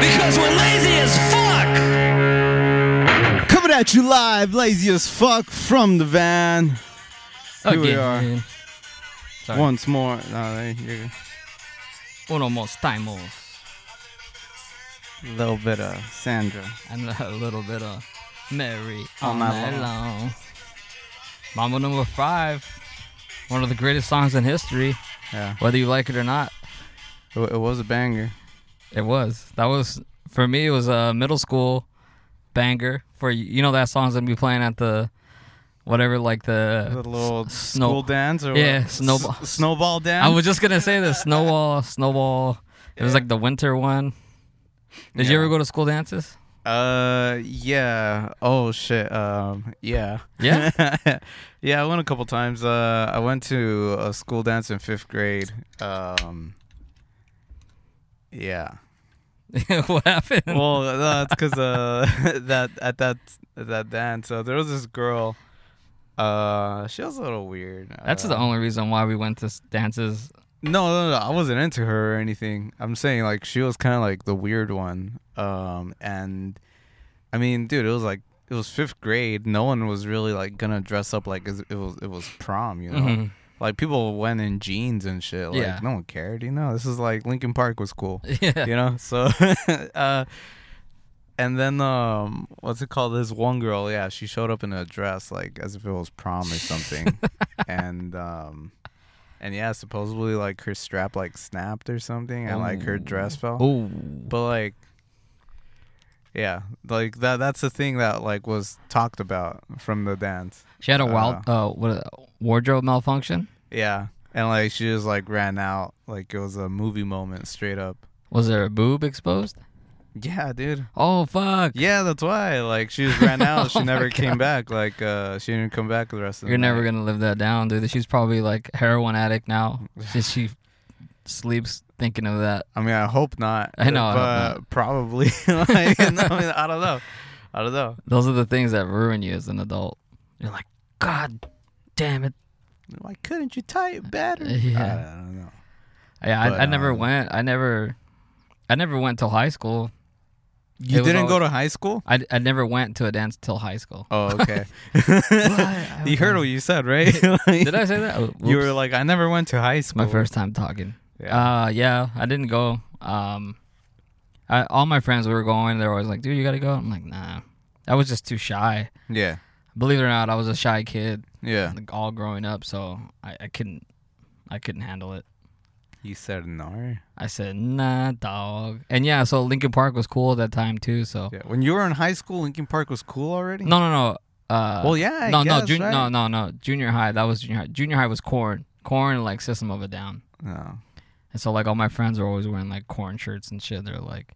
Because we're lazy as fuck! Coming at you live, lazy as fuck, from the van. Here we are. Again. Sorry. Once more. No, there you Uno más timos. go. A little bit of Sandra. And a little bit of Mary All all night night long. long. Mambo number five. One of the greatest songs in history, Yeah. whether you like it or not. It, it was a banger. It was. That was for me. It was a middle school banger. For you know that song's gonna be playing at the whatever, like the. The little s- snow- school dance or Yeah, what? snowball. S- snowball dance. I was just gonna say the snowball, snowball. It was like the winter one. Did you Yeah. ever go to school dances? Uh, yeah. Oh shit. Um, yeah. Yeah? yeah. I went a couple times. Uh, I went to a school dance in fifth grade. Um, yeah. what happened? Well, that's because uh, that at that that dance, uh, there was this girl. Uh, she was a little weird. That's uh, the only reason why we went to s- dances. No, no, no. I wasn't into her or anything. I'm saying like she was kind of like the weird one. Um, and I mean, dude, it was like it was fifth grade. No one was really like gonna dress up like it was it was prom, you know. Mhm. Like people went in jeans and shit. Like Yeah. no one cared, you know. This is like Lincoln Park was cool Yeah. you know so uh and then um what's it called this one girl yeah she showed up in a dress like as if it was prom or something and um and yeah supposedly like her strap like snapped or something and like her dress fell Ooh. but like yeah like that that's the thing that like was talked about from the dance She had a wild uh, what a wardrobe malfunction. yeah and like she just like ran out like it was a movie moment straight up Was there a boob exposed? yeah dude Oh fuck. Yeah, that's why. Like she just ran out. She Oh my never came back. Like uh, she didn't come back the rest of. You're the never night. gonna live that down, dude. She's probably like heroin addict now. she, she sleeps thinking of that. I mean, I hope not. I know, I hope but probably. like, I, mean, I don't know. I don't know. Those are the things that ruin you as an adult. You're like, God damn it. Why couldn't you tie it better? Uh, Yeah. I don't know. Yeah, I, But, I never um, went. I never, I never went till high school. You was didn't always- go to high school? I, I never went to a dance till high school. Oh, okay. I- I you heard was- what you said, right? Like, Did I say that? Oh, You were whoops. like, I never went to high my school. first time talking. Yeah. Uh, yeah, I didn't go. Um, I, all my friends were going. They were always like, "Dude, you gotta go." I'm like, "Nah." I was just too shy. yeah. Believe it or not, I was a shy kid, Yeah. like all growing up. So I, I couldn't, I couldn't handle it. You said no. I said, "Nah, dog." And yeah, so Lincoln Park was cool at that time too. So Yeah. When you were in high school, Lincoln Park was cool already. no, no, no. Uh, Well, yeah. I no, no, guess, jun- right? no, no, no. Junior high. That was junior high. Junior high was corn, corn like System of a Down. No. And so like all my friends are always wearing like corn shirts and shit. They're like,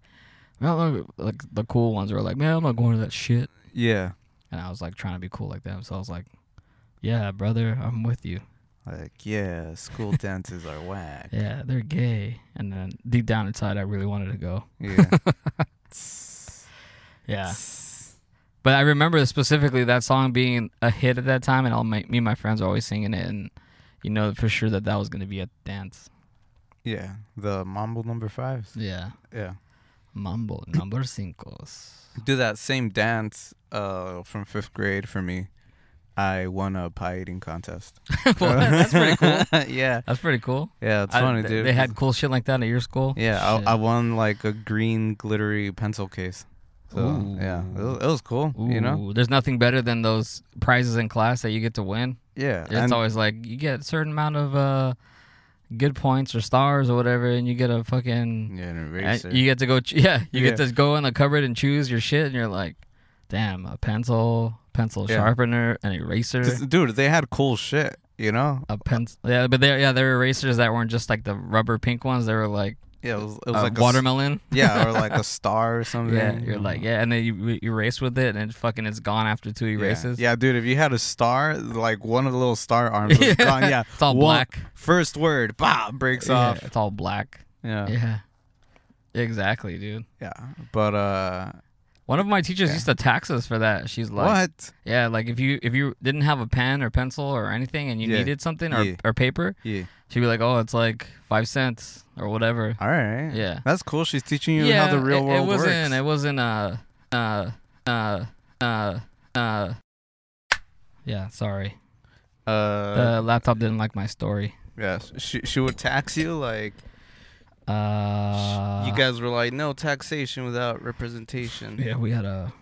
man, I'm not- like the cool ones were like, man, I'm not going to that shit. Yeah. And I was like trying to be cool like that. So I was like, yeah, brother, I'm with you. Like, yeah, school dances are whack. Yeah, they're gay. And then deep down inside, I really wanted to go. Yeah. Yeah. But I remember specifically that song being a hit at that time, and all my me and my friends were always singing it, and you know for sure that that was gonna be a dance. yeah. The Mambo number fives. Yeah. Yeah. Mambo number cincos. Do that same dance uh, from fifth grade for me. I won a pie eating contest. What? That's pretty cool. yeah. That's pretty cool. Yeah, it's I- funny, they- dude. They had cool shit like that at your school. Yeah, Shit. I, I won like a green glittery pencil case. So, yeah, it was, it was cool, you know? Ooh, there's nothing better than those prizes in class that you get to win. Yeah. It's and- always like you get a certain amount of uh, good points or stars or whatever, and you get a fucking. yeah, an and eraser. you get to go. Ch- yeah, you get Yeah. to go in the cupboard and choose your shit, and you're like, damn, a pencil, pencil Yeah. sharpener, an eraser. Just- dude, they had cool shit, you know? a pencil, yeah, but they yeah, there were erasers that weren't just like the rubber pink ones. They were like Yeah, it was, it was uh, like a s- watermelon. yeah, or like a star or something. Yeah, you're like yeah, and then you, you erase with it, and it fucking it's gone after two Yeah. erases. Yeah. dude, if you had a star, like one of the little star arms was gone. Yeah, It's all one- black. First word, bah, breaks Yeah, off. it's all black. Yeah. Yeah. Exactly, dude. yeah, But uh, One of my teachers used to tax us for that. She's like, what? Yeah, like if you if you didn't have a pen or pencil or anything and you Yeah. needed something or, Yeah. or paper, Yeah. she'd be like, "Oh, it's like five cents or whatever." All right. Yeah. That's cool. She's teaching you yeah, how the real it, world it wasn't. works. It wasn't. Uh, uh, uh, uh, uh. Yeah, sorry. Uh, the laptop didn't like my story. yeah. She she would tax you like Uh, you guys were like no taxation without representation. Yeah, we had a,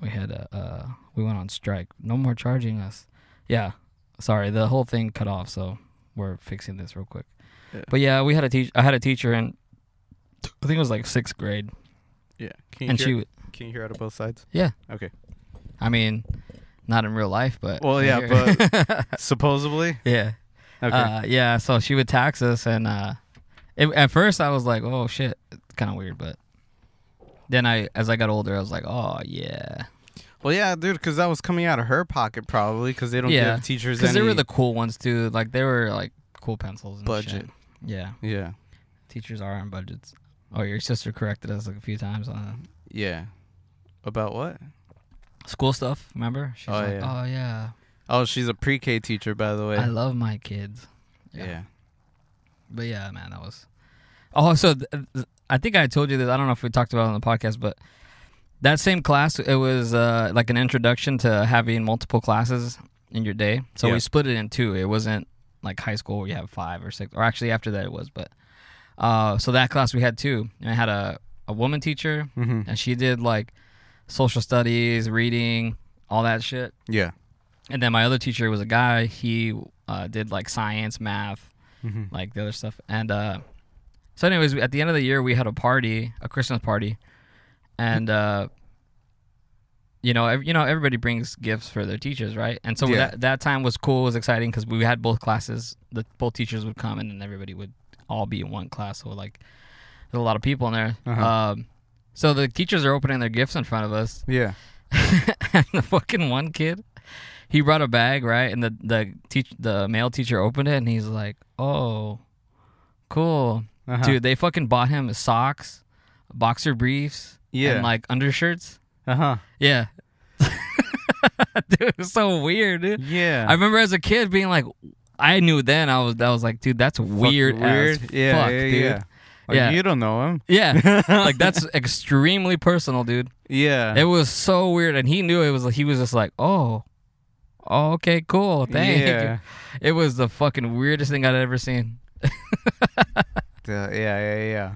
we had a, uh, we went on strike. No more charging us. Yeah, sorry, the whole thing cut off, so we're fixing this real quick. Yeah. But yeah, we had a teach. I had a teacher in, I think it was like sixth grade, Yeah. Can you and hear, she, w- can you hear out of both sides? yeah, Okay. I mean, not in real life, but Well, yeah, but Supposedly. yeah, Okay. uh, yeah. So she would tax us, and uh, it, at first I was like, "Oh shit," it's kind of weird, but then I, as I got older, I was like, "Oh yeah." well, yeah, dude, because that was coming out of her pocket probably because they don't give teachers any because they were the cool ones too. Like they were like cool pencils and budget. shit. Yeah, Yeah. teachers are on budgets. Oh, your sister corrected us like a few times on Yeah. About what? that. school stuff. Remember? She's Oh, like, yeah. "Oh yeah, Oh, she's a pre-K teacher, by the way. I love my kids." yeah. But yeah, man, that was. Oh, so th- th- I think I told you this. I don't know if we talked about it on the podcast, but that same class, it was uh, like an introduction to having multiple classes in your day. So Yeah. we split it in two. It wasn't like high school where you have five or six, or actually after that it was. But uh, so that class we had two, and I had a a woman teacher, Mm-hmm. and she did like social studies, reading, all that shit. Yeah. And then my other teacher was a guy. He uh, did like science, math, like the other stuff. And uh, so, anyways, at the end of the year, we had a party, a Christmas party, and uh, you know, ev- you know, everybody brings gifts for their teachers, right? And so Yeah. that that time was cool, was exciting because we had both classes. The both teachers would come, and then everybody would all be in one class. So like, there's a lot of people in there. Um, so the teachers are opening their gifts in front of us, Yeah. and the fucking one kid, he brought a bag, right? And the the teach the male teacher opened it, and he's like, "Oh, cool, Uh-huh. dude." They fucking bought him socks, boxer briefs, Yeah. and like undershirts. Uh huh. Yeah, dude, it's so weird, dude. Yeah. I remember as a kid being like, I knew then I was that was like, dude, that's weird, as Weird. Yeah. fuck, yeah, dude. yeah. Like, Yeah. You don't know him. Yeah, like that's extremely personal, dude. Yeah. It was so weird, and he knew it was. He was just like, "Oh, oh, okay, cool, thank Yeah. you." It was the fucking weirdest thing I'd ever seen. Uh, yeah. Yeah. Yeah.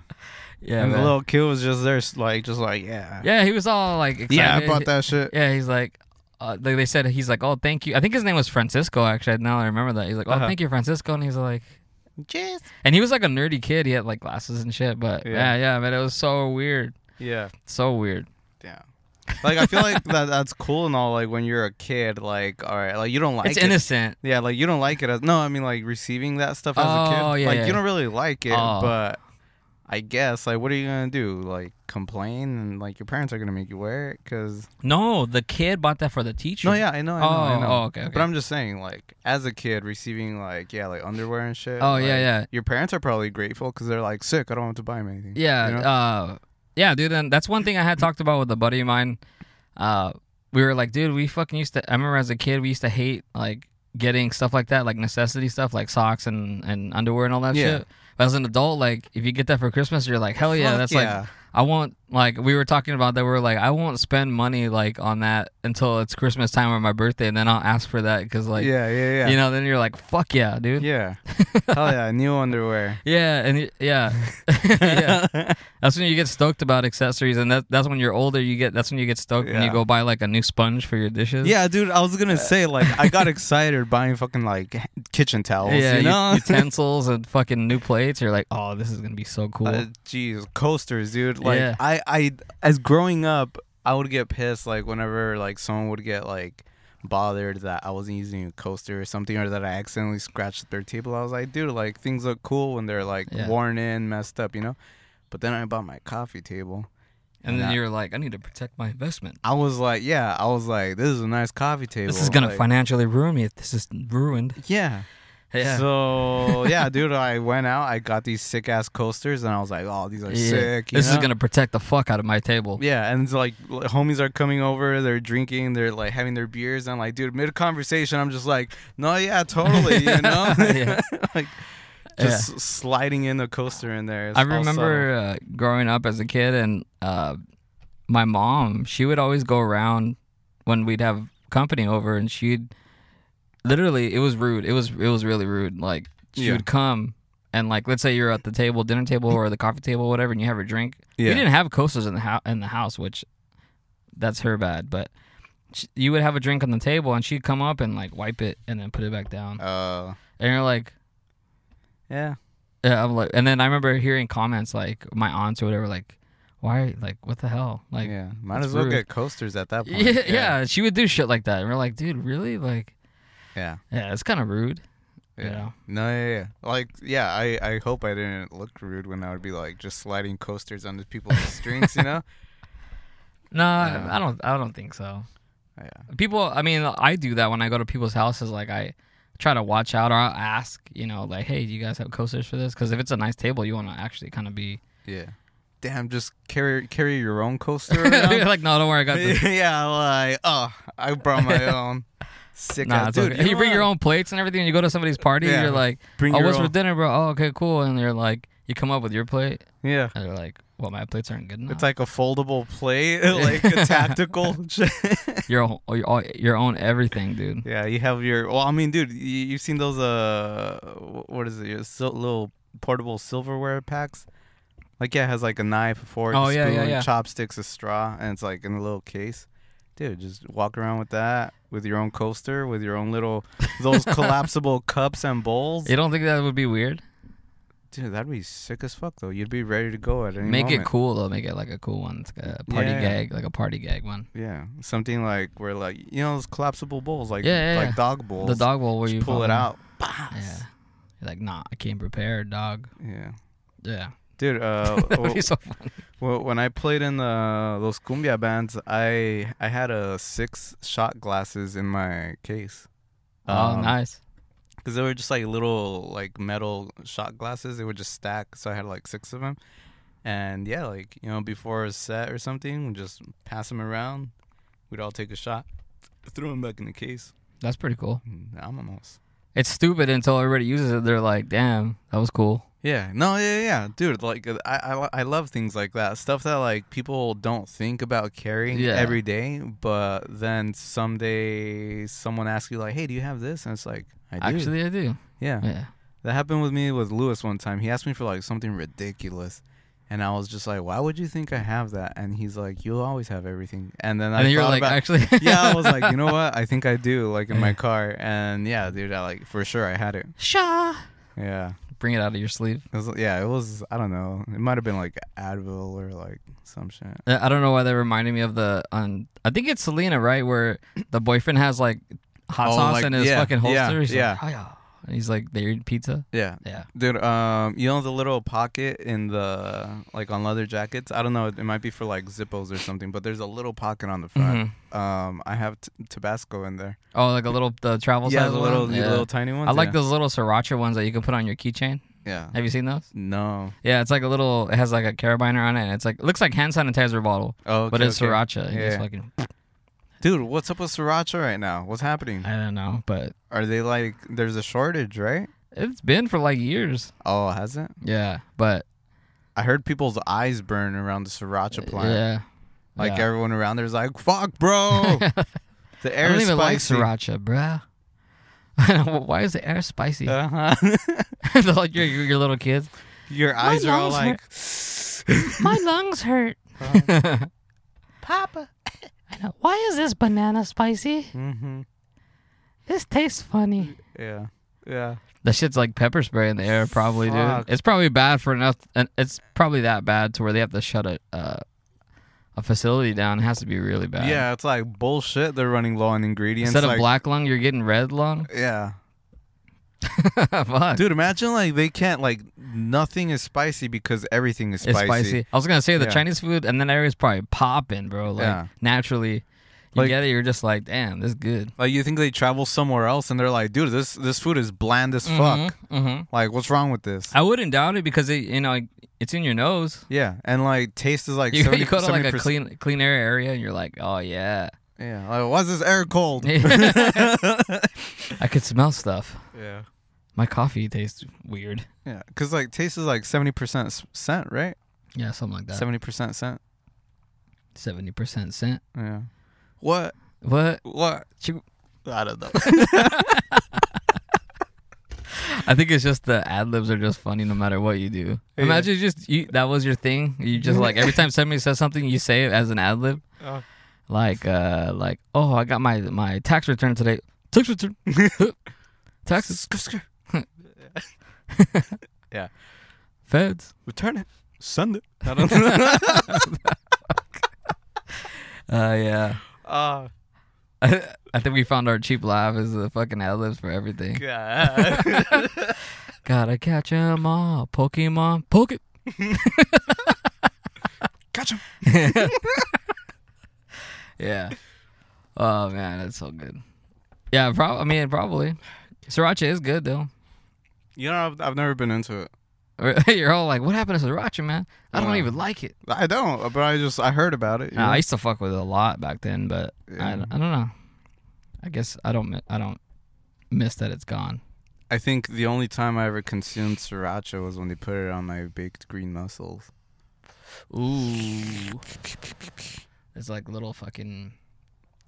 Yeah, and the man. little kid was just there, s- like, just like, yeah. yeah, he was all like, excited. Yeah, I bought that shit. Yeah, he's like, uh, like they said, he's like, "Oh, thank you." I think his name was Francisco. Actually, now that I remember that. He's like, "Oh, Uh-huh. thank you, Francisco," and he's like, Cheers. and he was like a nerdy kid. He had like glasses and shit, but Yeah. yeah, yeah, man, it was so weird, Yeah. so weird. Yeah. Like I feel like that that's cool and all. Like when you're a kid, like all right, like you don't like it's it. innocent. Yeah, like you don't like it as no, I mean like receiving that stuff as a Oh, kid. yeah, like yeah. you don't really like it, Oh. but I guess like what are you gonna do? Like complain and like your parents are gonna make you wear it because No, the kid bought that for the teacher. no, yeah, I know, I know, I Oh, know. oh, okay, okay. But I'm just saying, like as a kid, receiving like yeah, like underwear and shit. Oh, like, yeah, yeah. Your parents are probably grateful because they're like sick. I don't have to buy them anything. Yeah, you know? uh, yeah, dude. And that's one thing I had talked about with a buddy of mine. Uh, we were like, dude, we fucking used to. I remember as a kid, we used to hate like getting stuff like that, like necessity stuff, like socks and and underwear and all that Yeah. shit. But as an adult, like if you get that for Christmas, you're like, hell yeah, Fuck that's yeah. like. I won't like we were talking about that. We are like, I won't spend money like on that until it's Christmas time or my birthday, and then I'll ask for that because like, yeah, yeah, yeah. you know, then you're like, fuck yeah, dude. Yeah. Hell yeah, new underwear. Yeah, and y- yeah, yeah. That's when you get stoked about accessories, and that, that's when you're older. You get that's when you get stoked when Yeah. you go buy like a new sponge for your dishes. Yeah, dude, I was gonna say like I got excited buying fucking like h- kitchen towels. yeah, you u- know, utensils and fucking new plates. You're like, oh, this is gonna be so cool. Uh, Jeez, coasters, dude. Like Yeah. I, I, as growing up, I would get pissed like whenever like someone would get like bothered that I wasn't using a coaster or something, or that I accidentally scratched their table. I was like, dude, like things look cool when they're like Yeah. worn in, messed up, you know. But then I bought my coffee table. and then yeah. you're like, I need to protect my investment. I was like, yeah, I was like, this is a nice coffee table. This is gonna like, financially ruin me if this is ruined. Yeah. Yeah. So yeah, dude, I went out. I got these sick ass coasters, and I was like, "Oh, these are Yeah. sick." you This is know? gonna protect the fuck out of my table. Yeah, and it's like l- homies are coming over, they're drinking, they're like having their beers. I'm like, dude, mid conversation, I'm just like, no, yeah, totally, you know, Yeah. like just s- sliding in a coaster in there. It's I all remember uh, growing up as a kid, and uh, my mom, she would always go around when we'd have company over, and she'd literally, it was rude. It was it was really rude. Like she Yeah. would come and like, let's say you're at the table, dinner table, or the coffee table, whatever, and you have a drink. Yeah. We didn't have coasters in the house, in the house, which that's her bad, but. sh You would have a drink on the table, and she'd come up and like wipe it, and then put it back down. subtle. Uh, And you're like, yeah, yeah, I'm like, and then I remember hearing comments like my aunts or whatever, like, why, like, what the hell, like, yeah, yeah. Might it's as well rude. get coasters at that point. yeah, she would do shit like that, and we're like, dude, really, like, yeah, yeah, it's kind of rude, yeah. you know, No, yeah, yeah. Like, yeah, I, I hope I didn't look rude when I would be like just sliding coasters under people's drinks, you know? no, Yeah. I don't, I don't think so. Yeah, People, I mean, I do that when I go to people's houses, like I try to watch out or I'll ask, you know, like, hey, do you guys have coasters for this? Because if it's a nice table, you want to actually kind of be yeah. Damn, just carry carry your own coaster around. like, no, don't worry, I got this. yeah, like, oh, I brought my own. Sick Nah, ass it's uh, dude. okay. you bring your know own plates and everything. You go to somebody's party, Yeah. you're like, Bring "Oh, your what's for own- dinner, bro?" Oh, okay, cool. And they're like, you come up with your plate, what? Yeah. and they're like, "Well, my plates aren't good enough." It's like a foldable plate, like a tactical. your own- your own- your own everything, dude. yeah, you have your. Well, I mean, dude, you, you've seen those. Uh, wh- what is it? Your sil- little portable silverware packs. Like yeah, it has like a knife, a fork, Oh, a yeah, spoon, yeah, yeah. chopsticks, a straw, and it's like in a little case. Dude, just walk around with that, with your own coaster, with your own little those collapsible cups and bowls. You don't think that would be weird? Dude, that'd be sick as fuck though. You'd be ready to go at any Make moment. it cool though. Make it like a cool one. It's like a party Yeah. gag, like a party gag one. Yeah, something like where like you know those collapsible bowls, like Yeah, yeah, like yeah. dog bowls. The dog bowl where Just you pull it fucking- out. Yeah. You're like, nah, I came prepared, dog. Yeah, Yeah. dude. Uh, That would w- be so funny. w- when I played in the those cumbia bands, I I had a six shot glasses in my case. Um, oh, nice. Because they were just like little like metal shot glasses. They would just stack, so I had like six of them. And yeah, like you know, before a set or something, we just pass them around. We'd all take a shot, throw them back in the case. Mm, That's pretty cool. I'm almost. It's stupid until everybody uses it. They're like, damn, that was cool. Yeah, no, yeah, yeah, dude. Like, I, I, I love things like that. Stuff that like people don't think about carrying Yeah. every day, but then someday someone asks you like, "Hey, do you have this?" And it's like, "I do." Actually, I do. yeah. Yeah. that happened with me with Lewis one time. He asked me for like something ridiculous, and I was just like, "Why would you think I have that?" And he's like, "You'll always have everything." And then I and then you're thought like, about, actually, yeah, I was like, "You know what? I think I do." Like in my car, and yeah, dude, I like for sure I had it. Sha. Yeah. Bring it out of your sleeve. It was, yeah, it was. I don't know. It might have been like Advil or like some shit. Uh, I don't know why that reminded me of the on. I think it's Selena, right? Where the boyfriend has like hot Oh, sauce like- in his yeah, fucking holster. yeah, he's yeah. Like, "Oh, yeah." And he's like, they eat pizza. Yeah, Yeah. dude. Um, you know the little pocket in the like on leather jackets. I don't know. It might be for like Zippos or something. But there's a little pocket on the front. Um, I have t- Tabasco in there. Mm-hmm. Oh, like a little the travel yeah, size the little, one? the Yeah. little tiny ones. I like yeah. Uh-huh. those little sriracha ones that you can put on your keychain. Yeah. Have you seen those? No. Yeah, it's like a little. It has like a carabiner on it. And it's like it looks like hand sanitizer bottle, Oh, but okay, it's okay. sriracha. You Yeah. just fucking- Dude, what's up with sriracha right now? What's happening? I don't know, but Are they like? There's a shortage, right? it's been for like years. Oh, has it? Yeah, but I heard people's eyes burn around the sriracha plant. yeah, Like yeah. everyone around there's like, "Fuck, bro." the I air don't is even like spicy. sriracha, bruh. Why is the air spicy? Uh-huh. They're like your, your your little kids. Your eyes are all nose like, My lungs hurt. Papa. Why is this banana spicy? mm-hmm. This tastes funny. yeah, yeah. That shit's like pepper spray in the air, probably, Fuck. dude. It's probably bad for enough, and it's probably that bad to where they have to shut a uh, a facility down. It has to be really bad. yeah, it's like bullshit. They're running low on ingredients. Instead like- of black lung, you're getting red lung. Yeah. Fuck. Dude, imagine like they can't, like, nothing is spicy because everything is it's spicy. spicy. I was gonna say the Yeah. Chinese food, and then area's probably popping, bro. Like Yeah. naturally, You Like- get it. You're just like, damn, this is good. Like you think they travel somewhere else and they're like, dude, this this food is bland as fuck. Mm-hmm. Like, what's wrong with this? I wouldn't doubt it because it, you know like, it's in your nose. yeah, and like taste is like You, 70, you go to like a 70%. clean clean air area and you're like, oh yeah, Yeah, like, why is this air cold? I could smell stuff. yeah, My coffee tastes weird. yeah, because like taste is like seventy percent scent, right? Yeah, something like that. Seventy percent scent. Seventy percent scent. Yeah. What? What? What? Chew- I don't know. I think it's just the ad libs are just funny no matter what you do. Yeah. Imagine just you, that was your thing. You just like every time somebody says something, you say it as an ad lib. Oh. Like uh, like oh, I got my my tax return today. Tax return. Taxes. yeah. Feds. Return it. Send it. I don't know. Uh, yeah. oh I think we found our cheap laugh is the fucking ad libs for everything. god. Gotta catch 'em all. Pokemon. Poke. Catch him. Yeah. Oh man, that's so good. Yeah, prob- I mean probably. Sriracha is good though. You know, I've, I've never been into it. You're all like, "What happened to sriracha, man? I don't Yeah. even like it." I don't, uh, but I just I heard about it. you Nah, know? I used to fuck with it a lot back then, but I, I Yeah. don't know. I guess I don't mi- I don't miss that it's gone. I think the only time I ever consumed sriracha was when they put it on my baked green mussels. Ooh, it's like little fucking.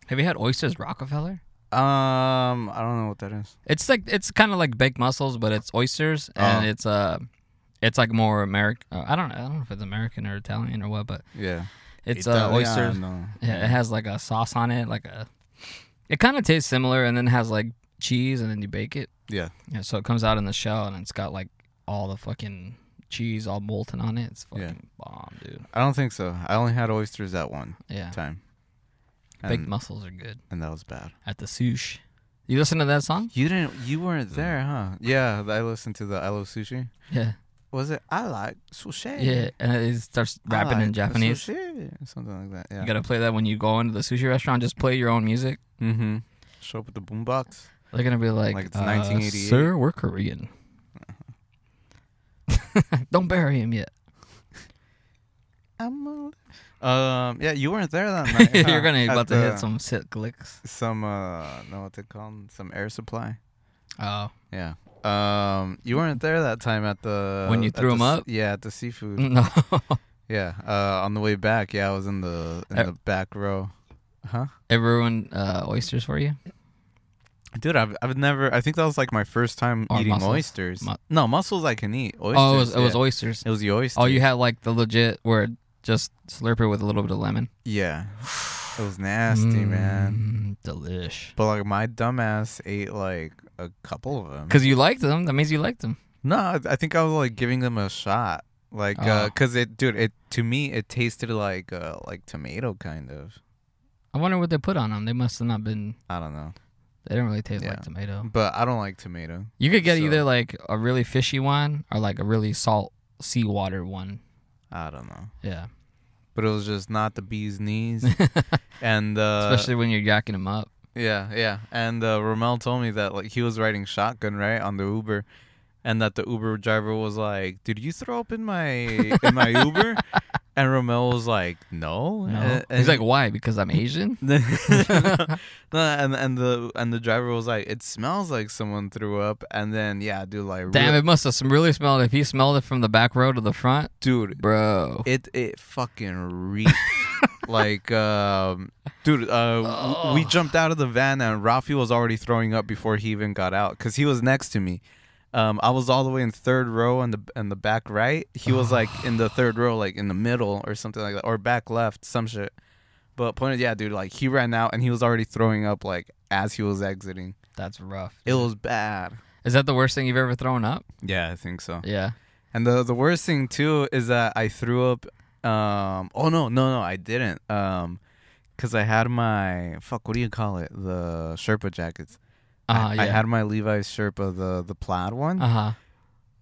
Have you had oysters Rockefeller? Um, I don't know what that is. It's like it's kind of like baked mussels, but it's oysters and Oh. it's uh, it's like more American. Uh, I don't I don't know if it's American or Italian or what, but Yeah, it's uh, oysters. Yeah, it has like a sauce on it, like a. It kind of tastes similar, and then has like cheese, and then you bake it. Yeah, Yeah, so it comes out in the shell, and it's got like all the fucking cheese all molten on it. It's fucking Yeah. bomb, dude. I don't think so. I only had oysters that one Yeah, time, baked and, mussels are good and that was bad. at the sushi. You listen to that song? You didn't. You weren't there, huh? Yeah, I listened to the I love sushi. Yeah, Was it I like sushi? yeah. And it starts I rapping in like Japanese. sushi," something like that. Yeah. You gotta play that when you go into the sushi restaurant. Just play your own music. mm-hmm. Show up with the boombox. They're gonna be like, Like it's uh, 1988. Sir, we're Korean. Don't bury him yet. I'm. A... Um. Yeah, you weren't there that night. huh? You're gonna At about to the- hit some sick licks. some uh know what they call 'em? some air supply Oh, yeah um you weren't there that time at the When you at threw the 'em s- up? Mm. yeah at the seafood no. yeah uh on the way back yeah i was in the in Er- the back row huh Everyone uh, oysters for you? dude i've, I've never i think that was like my first time Or eating mussels. oysters Mu- no mussels i can eat oysters oh, it was, it was yeah. oysters. it was the oyster Oh, you had like the legit where it just slurp it with a little bit of lemon. yeah it was nasty man Mm, Delish. but like my dumbass ate like a couple of them Because you liked them. That means you liked them. No, I- I think I was like giving them a shot, like Oh. uh 'cause it, dude, it to me it tasted like uh, like tomato kind of. I wonder what they put on them. They must have not been. I don't know, They don't really taste Yeah. like tomato. but I don't like tomato. You could get So- either like a really fishy one or like a really salt seawater one. I don't know, Yeah. but it was just not the bee's knees. and uh, Especially when you're jacking them up. yeah, yeah. And uh, Romel told me that like he was riding shotgun right on the Uber, and that the Uber driver was like, "Did you throw up in my in my Uber?" And Romel was like, "No." No. And- He's Uh, and- like, why? Because I'm Asian? no, and and the and the driver was like, "It smells like someone threw up." And then yeah, dude, like, Damn, real- it must have sm- really smelled. If he smelled it from the back row to the front, dude, bro. it it fucking reeked. like, um, dude, uh, w- we jumped out of the van and Rafi was already throwing up before he even got out because he was next to me. Um, I was all the way in third row in the in the back right. He was like in the third row, like in the middle or something like that, or back left, some shit. But point is, yeah, dude, like he ran out and he was already throwing up like as he was exiting. That's rough. It was bad. Is that the worst thing you've ever thrown up? Yeah, I think so. Yeah. And the the worst thing too is that I threw up. Um. Oh no, no, no, I didn't. Um, cause I had my fuck. What do you call it? The Sherpa jackets. Uh, I, yeah. Ah. I had my Levi's Sherpa, the the plaid one, Uh huh.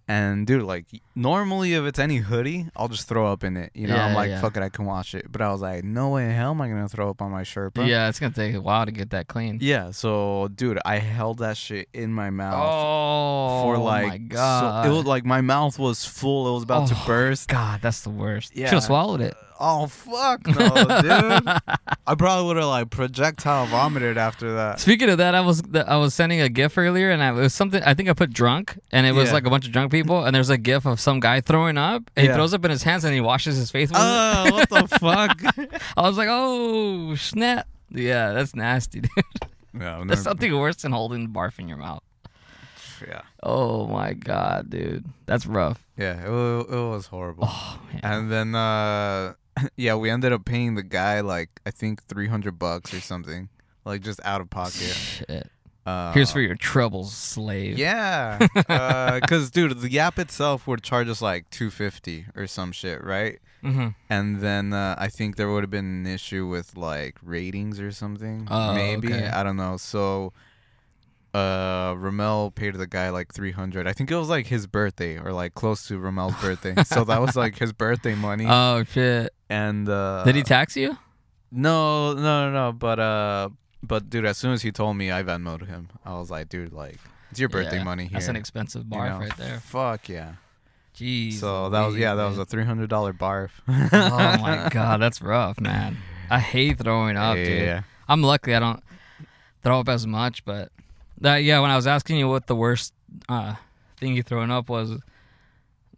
And dude, like normally if it's any hoodie, I'll just throw up in it. You know, I'm Yeah, like, yeah. fuck it, I can wash it. But I was like, no way in hell am I gonna throw up on my shirt, bro. yeah, it's gonna take a while to get that clean. Yeah. So, dude, I held that shit in my mouth Oh, for like my god, So, it was like my mouth was full. It was about to Oh, burst. God, that's the worst. Yeah. Should have swallowed it. Oh fuck no, dude! I probably would have like projectile vomited after that. Speaking of that, I was th- I was sending a GIF earlier, and I, it was something I think I put drunk, and it was Yeah. like a bunch of drunk people, and there's a GIF of some guy throwing up, and Yeah. he throws up in his hands, and he washes his face with it. Oh, what the fuck? I was like, oh snap. Yeah, that's nasty, dude. No, There's something worse than holding barf in your mouth. yeah, Oh my god, dude, that's rough. yeah, it, wa- it was horrible. Oh, man. And then, uh, yeah, we ended up paying the guy like I think three hundred bucks or something, like just out of pocket. Shit. Uh, Here's for your troubles, slave. yeah, because dude, the app itself would charge us like two fifty or some shit, right? Mm-hmm. And then uh, I think there would have been an issue with like ratings or something. Oh, maybe okay. I don't know. So, uh, Ramel paid the guy like three hundred. I think it was like his birthday or like close to Ramel's birthday. so that was like his birthday money. Oh shit. and uh, Did he tax you? no, no, no, no. But uh, but dude, as soon as he told me, I Venmoed him. I was like, dude, like it's your birthday Yeah, money here. That's an expensive you barf know? right there. Fuck yeah. Jeez. so that was Louise, yeah, that was man. a three hundred dollar barf. oh my god, that's rough, man. I hate throwing up, Yeah. dude. I'm lucky I don't throw up as much, but that yeah. When I was asking you what the worst uh, thing you throwing up was,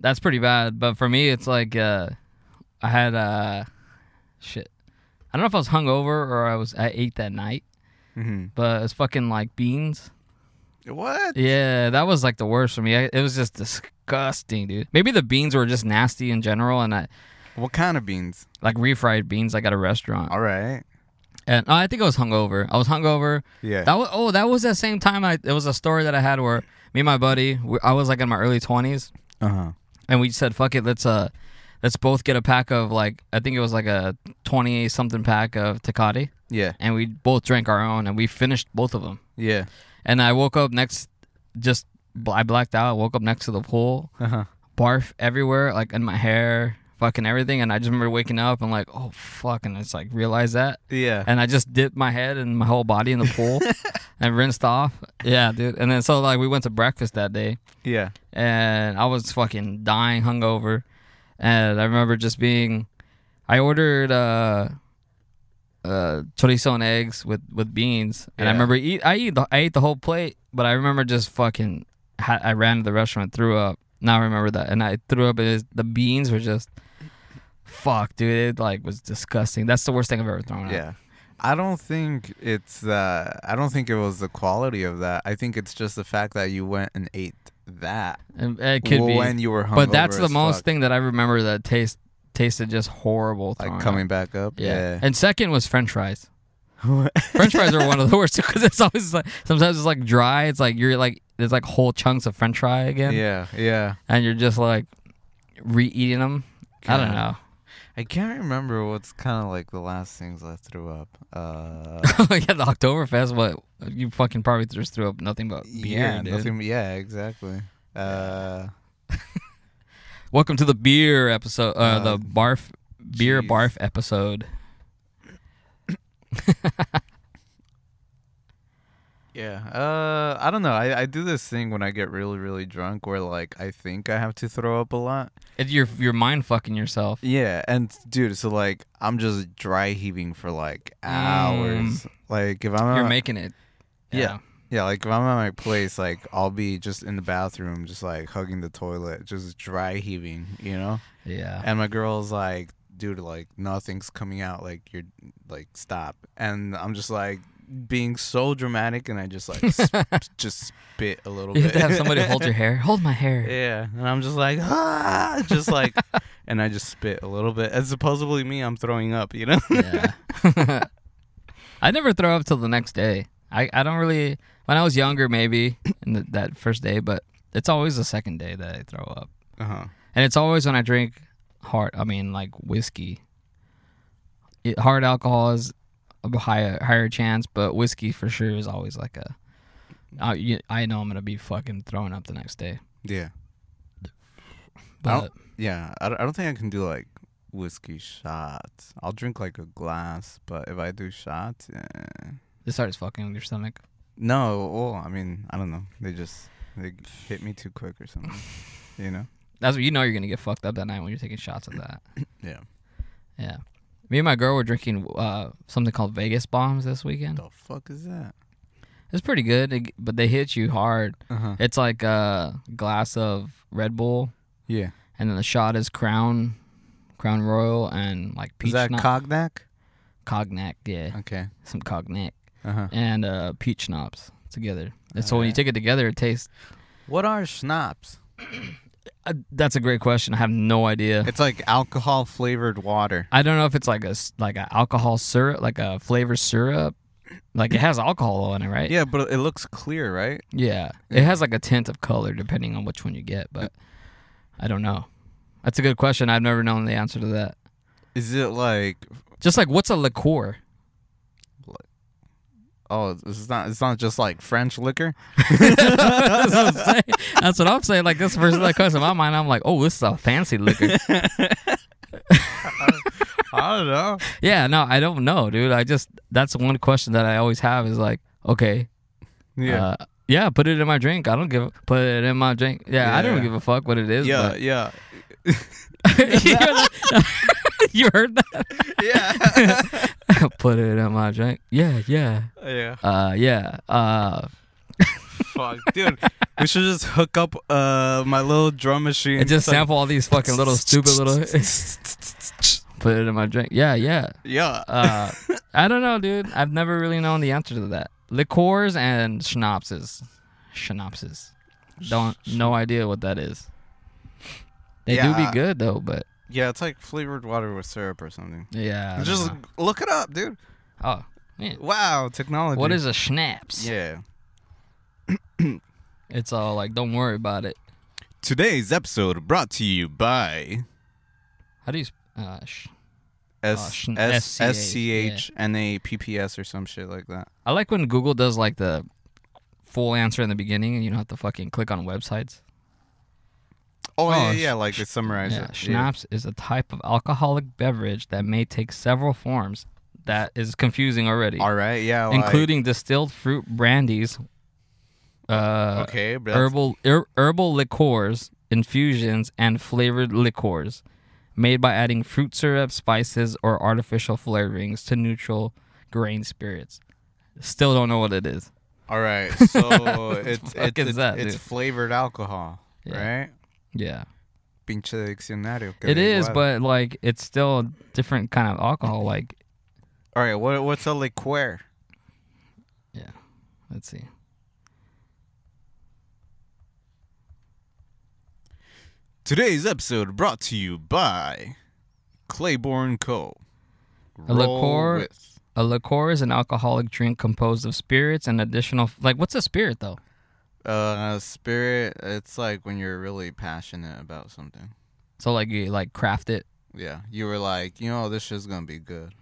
that's pretty bad. But for me, it's like uh, I had uh, shit. I don't know if I was hungover or I was I ate that night, Mhm. but it's fucking like beans. What? Yeah, that was like the worst for me. I, it was just disgusting, dude. Maybe the beans were just nasty in general, and I What kind of beans? like refried beans like at a restaurant. All right. And oh, I think I was hungover. I was hungover. Yeah. That was, oh, that was that same time. I it was a story that I had where me and my buddy, we, I was like in my early twenties, uh huh. and we said, "Fuck it, let's uh, let's both get a pack of like I think it was like a twenty something pack of Tecate, Yeah. and we both drank our own, and we finished both of them. Yeah. And I woke up next, just bl- I blacked out. Woke up next to the pool, Uh huh. barf everywhere, like in my hair, fucking everything. And I just remember waking up and like, oh fuck, and it's like realize that Yeah. and I just dipped my head and my whole body in the pool and rinsed off. Yeah, dude. And then so like we went to breakfast that day yeah. and I was fucking dying hungover. And I remember just being I ordered uh uh chorizo and eggs with with beans. And I Yeah. remember eat I eat the, I ate the whole plate, but I remember just fucking ha- I ran to the restaurant, threw up. Now I remember that. And I threw up and it, the beans were just fuck, dude. It like was disgusting. That's the worst thing I've ever thrown out. Yeah. I don't think it's uh I don't think it was the quality of that. I think it's just the fact that you went and ate that It, eh, it could be. when you were hungover. but that's the as most fuck, thing that I remember that taste tasted just horrible. like throwing coming up. back up. Oh, yeah. Yeah. And second was French fries. French fries are one of the worst because it's always like sometimes it's like dry. It's like you're like there's like whole chunks of French fry again, yeah. Yeah. and you're just like re-eating them. I don't God. know. I can't remember what's kind of like the last things I threw up. Uh yeah, the Oktoberfest. What you fucking probably just threw up nothing but beer. yeah, dude. nothing yeah, exactly. Uh Welcome to the beer episode. Uh, Uh, the barf beer jeez. barf episode. Yeah. Uh, I don't know. I, I do this thing when I get really, really drunk where, like, I think I have to throw up a lot. It, you're you're mind fucking yourself. Yeah. And, dude, so, like, I'm just dry heaving for, like, hours. Like, if I'm You're at, making it. Uh, yeah. yeah, like, if I'm at my place, like, I'll be just in the bathroom, just, like, hugging the toilet, just dry heaving, you know? Yeah. And my girl's like, dude, like, nothing's coming out. Like, you're, like, stop. And I'm just, like, being so dramatic, and I just like sp- just spit a little You bit. have to have somebody hold your hair. Hold my hair. Yeah, and I'm just like, ah, just like, and I just spit a little bit. And supposedly me, I'm throwing up, you know? Yeah. I never throw up till the next day. I, I don't really. When I was younger, maybe in the, that first day, but it's always the second day that I throw up, Uh-huh. and it's always when I drink hard. I mean, like whiskey. It, hard alcohol is a higher higher chance, but whiskey for sure is always like a. I, you- I know I'm gonna be fucking throwing up the next day. Yeah. I don't, But yeah, I don't, I don't think I can do like whiskey shots. I'll drink like a glass, but if I do shots, eh. this starts fucking with your stomach. no. Well, I mean, I don't know. They just they g- hit me too quick or something. You know? That's what you know. You're gonna get fucked up that night when you're taking shots of that. Yeah. Yeah. Me and my girl were drinking uh, something called Vegas Bombs this weekend. The fuck is that? It's pretty good, it, but they hit you hard. Uh huh. It's like a glass of Red Bull, Yeah. and then the shot is Crown, Crown Royal, and like peach is that uh, nut- cognac? cognac, yeah, Okay. some cognac, Uh huh. and uh, peach schnapps together. And so when you Alright. take it together, it tastes. What are schnapps? Uh, that's a great question. I have no idea. It's like alcohol flavored water. I don't know if it's like a s- like a alcohol syrup, like a flavor syrup, like it has alcohol in it, right? Yeah, but it looks clear, right? Yeah. It has like a tint of color depending on which one you get, but I don't know. That's a good question. I've never known the answer to that. Is it like Just like what's a liqueur? oh, it's not it's not just like French liquor? That's what I'm saying. That's what I'm saying. Like this person that comes to my mind, I'm like, oh, this is a fancy liquor. I don't know. yeah, no, I don't know, dude. I just that's one question that I always have is like, okay, Yeah. uh, yeah, put it in my drink. I don't give a, put it in my drink. Yeah, I don't Yeah. give a fuck what it is. yeah, but- yeah. you heard that? Yeah. put it in my drink. Yeah, yeah. yeah. Uh, yeah. Uh, Fuck. Dude. We should just hook up uh my little drum machine. and just It's like- sample all these fucking little stupid little. put it in my drink. Yeah, yeah. Yeah. Uh, I don't know, dude. I've never really known the answer to that. Liqueurs and schnapses. Schnapses. Don't no idea what that is. They do be Yeah. good though, but yeah, it's like flavored water with syrup or something. yeah. I don't Just know. look it up, dude. oh man. Wow, technology. What is a schnapps? Yeah. It's all like, don't worry about it. Today's episode brought to you by How do you? sp- Uh, sh- Oh, S sh- S SCA, S C H N A P P S or some shit like that. I like when Google does like the full answer in the beginning, and you don't have to fucking click on websites. Oh, yeah, sh- yeah, like they summarize Yeah, it. schnapps is a type of alcoholic beverage that may take several forms. That is confusing already, All right, yeah, like- including distilled fruit brandies, uh, okay, but that's- herbal er, herbal liqueurs, infusions, and flavored liqueurs, made by adding fruit syrup, spices, or artificial flavorings to neutral grain spirits. Still don't know what it is. all right. So it's fuck it's is it's, that, it's dude? flavored alcohol, Yeah. right? Yeah. Pinche diccionario. que It is, averiguado. but like it's still a different kind of alcohol. Like, all right. What what's a liqueur? yeah, let's see. Today's episode brought to you by Claiborne Co. A liqueur- with- A liqueur is an alcoholic drink composed of spirits and additional. Like, what's a spirit though? Uh, spirit. It's like when you're really passionate about something. So like you like craft it. Yeah, you were like, you know, this shit's gonna be good.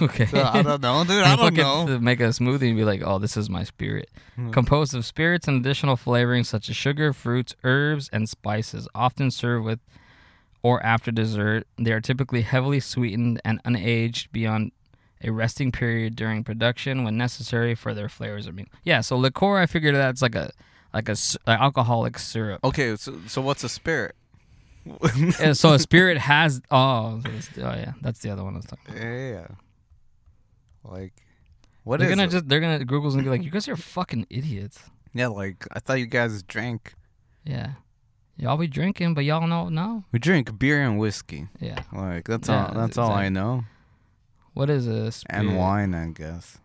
okay. So, I don't know, dude. I You don't fucking know. Hmm. th- Make a smoothie and be like, oh, this is my spirit. Composed of spirits and additional flavorings such as sugar, fruits, herbs, and spices, often served with or after dessert. They are typically heavily sweetened and unaged beyond a resting period during production when necessary for their flavors. I mean, yeah. So liqueur, I figured that's like a like a s- a alcoholic syrup. Okay, so so what's a spirit? Uh, so a spirit has oh, that's- oh yeah, that's the other one I was talking. About. yeah. Like, what They're is gonna it? just they're gonna Google's gonna be like, you guys are fucking idiots. Yeah, like I thought you guys drank. Yeah. Y'all be drinking, but y'all know no. We drink beer and whiskey. Yeah. Like that's Yeah, all. That's all I exact- know. What is a And spirit? wine, I guess.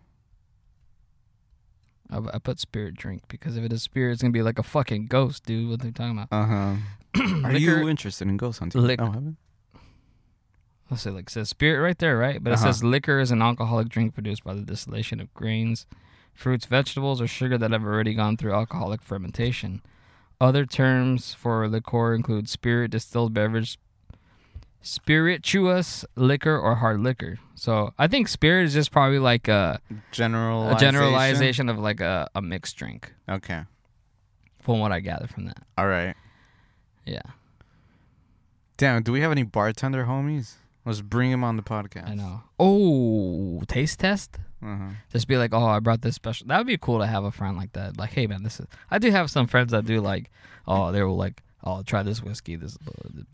I, I put spirit drink because if it is spirit, it's gonna be like a fucking ghost, dude. What are you talking about? Uh huh. Are Uh-huh. Liquor- you interested in ghost hunting? Lic- No, I haven't. Let's see, like it says spirit right there, right? But it Uh-huh. says liquor is an alcoholic drink produced by the distillation of grains, fruits, vegetables, or sugar that have already gone through alcoholic fermentation. Other terms for liqueur include spirit, distilled beverage, spirituous liquor, or hard liquor. So I think spirit is just probably like uh, a, Generalization. a generalization of like a, a mixed drink, Okay. from what I gather from that. All right. Yeah, Damn, do we have any bartender homies? Let's bring him on the podcast. I know. Oh, taste test. Uh-huh. Just be like, oh, I brought this special. That would be cool to have a friend like that. Like, hey man, this is. I do have some friends that do like, oh, they will like, oh, try this whiskey. This.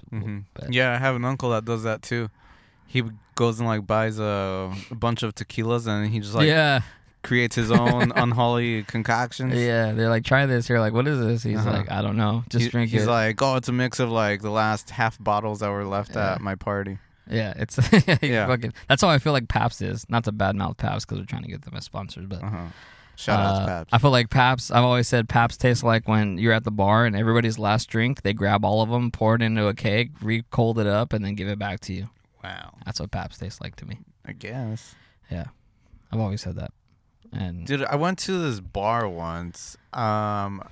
hmm But- Yeah, I have an uncle that does that too. He goes and like buys a, a bunch of tequilas and he just like yeah, creates his own unholy concoctions. yeah. They're like, try this. You're like, what is this? He's Uh-huh. like, I don't know. Just He- drink he's it. like, oh, it's a mix of like the last half bottles that were left Yeah. at my party. yeah, it's. yeah. Fucking, that's how I feel like Paps is. Not to badmouth Paps because we're trying to get them as sponsors, but. Uh-huh. Shout out Uh, to Paps. I feel like Paps. I've always said Paps tastes like when you're at the bar and everybody's last drink, they grab all of them, pour it into a keg, recold it up, and then give it back to you. wow, That's what Paps tastes like to me. I guess. Yeah, I've always said that. And Dude, I went to this bar once. Um,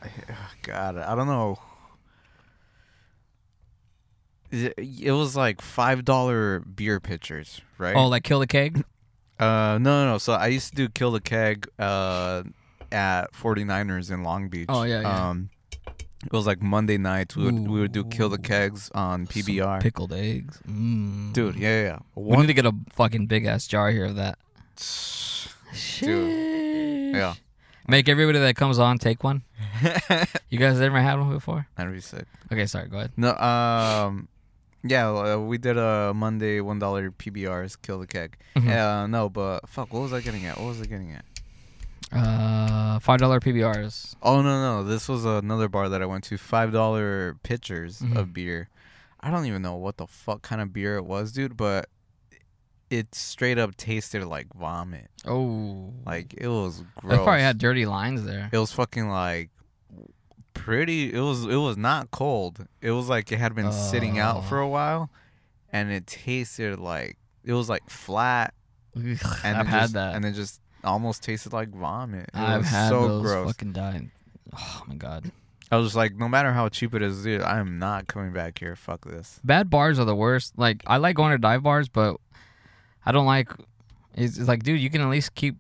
God, I don't know. It it was like five dollar beer pitchers, right? oh, like kill the keg. Uh, no, no, no. So I used to do kill the keg uh, at 49ers in Long Beach. Oh, yeah, yeah. Um, it was like Monday nights. We would we would do kill the Ooh. kegs on Some PBR. pickled eggs. Mm. Dude, yeah, yeah, yeah. we One, need to get a fucking big ass jar here of that. yeah, Sheesh. Make everybody that comes on take one. you guys ever had one before? that'd be sick. Okay, sorry. Go ahead. No, um, yeah, uh, we did a Monday one dollar PBRs kill the keg. Mm-hmm. Uh, no, but fuck, what was I getting at? What was I getting at? Uh, five dollar PBRs. Oh no, no, this was another bar that I went to. Five dollar pitchers Mm-hmm. of beer. I don't even know what the fuck kind of beer it was, dude, but it straight up tasted like vomit. Oh, Like it was they gross. probably had dirty lines there. it was fucking like pretty it was it was not cold it was like it had been sitting Oh. out for a while and it tasted like it was like flat Ugh, and I've it had just, that. and it just almost tasted like vomit it I've was had so those gross fucking dying. Oh my god, i was just like no matter how cheap it is dude i am not coming back here fuck this bad bars are the worst. Like I like going to dive bars, but I don't like. It's, it's like, dude, you can at least keep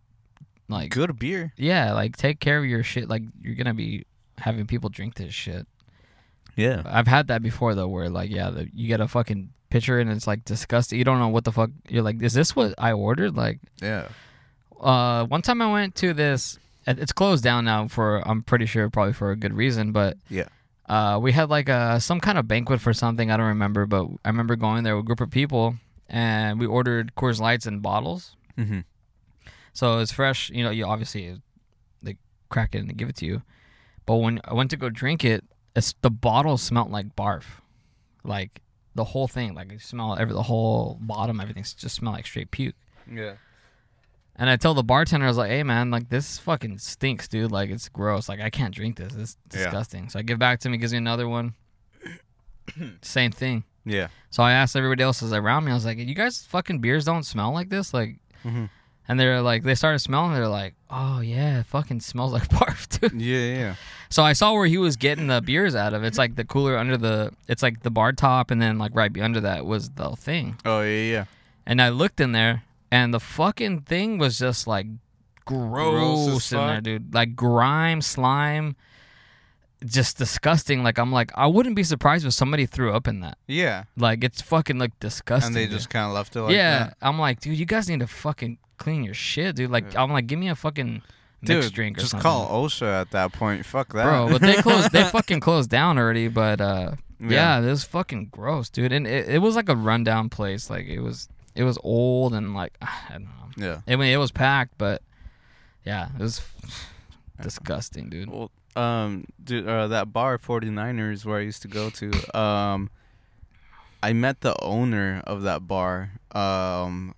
like good beer yeah, like take care of your shit. Like you're gonna be having people drink this shit. yeah I've had that before though, where like yeah, the, you get a fucking pitcher and it's like disgusting. You don't know what the fuck. You're like, is this what I ordered? Like yeah uh, one time I went to this. it- It's closed down now for I'm pretty sure probably for a good reason, but yeah uh, we had like a some kind of banquet for something I don't remember, but I remember going there with a group of people and we ordered Coors Lights in bottles. Mhm. So it's fresh, you know. You obviously they crack it and they give it to you, but when I went to go drink it, it's, the bottle smelled like barf, like the whole thing, like you smell every the whole bottom, everything s- just smelled like straight puke. yeah And I tell the bartender, I was like, "Hey, man, like this fucking stinks, dude. Like it's gross. Like I can't drink this. It's Yeah. disgusting." So I give back to him. He gives me another one. Same thing. yeah So I asked everybody else that's around me. I was like, "You guys fucking beers don't smell like this." Like, Mhm. and they're like, they started smelling. They're like, "Oh yeah, it fucking smells like barf, dude." yeah yeah So I saw where he was getting the beers out of. It's like the cooler under the. It's like the bar top, and then like right be- under that was the thing. oh yeah yeah And I looked in there, and the fucking thing was just like gross, Gross as in there, fuck. dude. Like grime, slime, just disgusting. Like I'm like, I wouldn't be surprised if somebody threw up in that. yeah Like it's fucking like disgusting. and they dude. just kind of left it like yeah. that. I'm like, dude, you guys need to fucking clean your shit, dude. Like I'm like, give me a fucking dude mixed drink or just something. call osha at that point fuck that Bro, but they closed. They fucking closed down already. But uh, yeah, Yeah. this fucking gross, dude. And it, it was like a rundown place. Like it was, it was old and like I don't know. yeah I mean, it was packed, but yeah, it was disgusting, dude. Well, um, dude, uh, that bar 49ers where I used to go to, um, I met the owner of that bar. Um,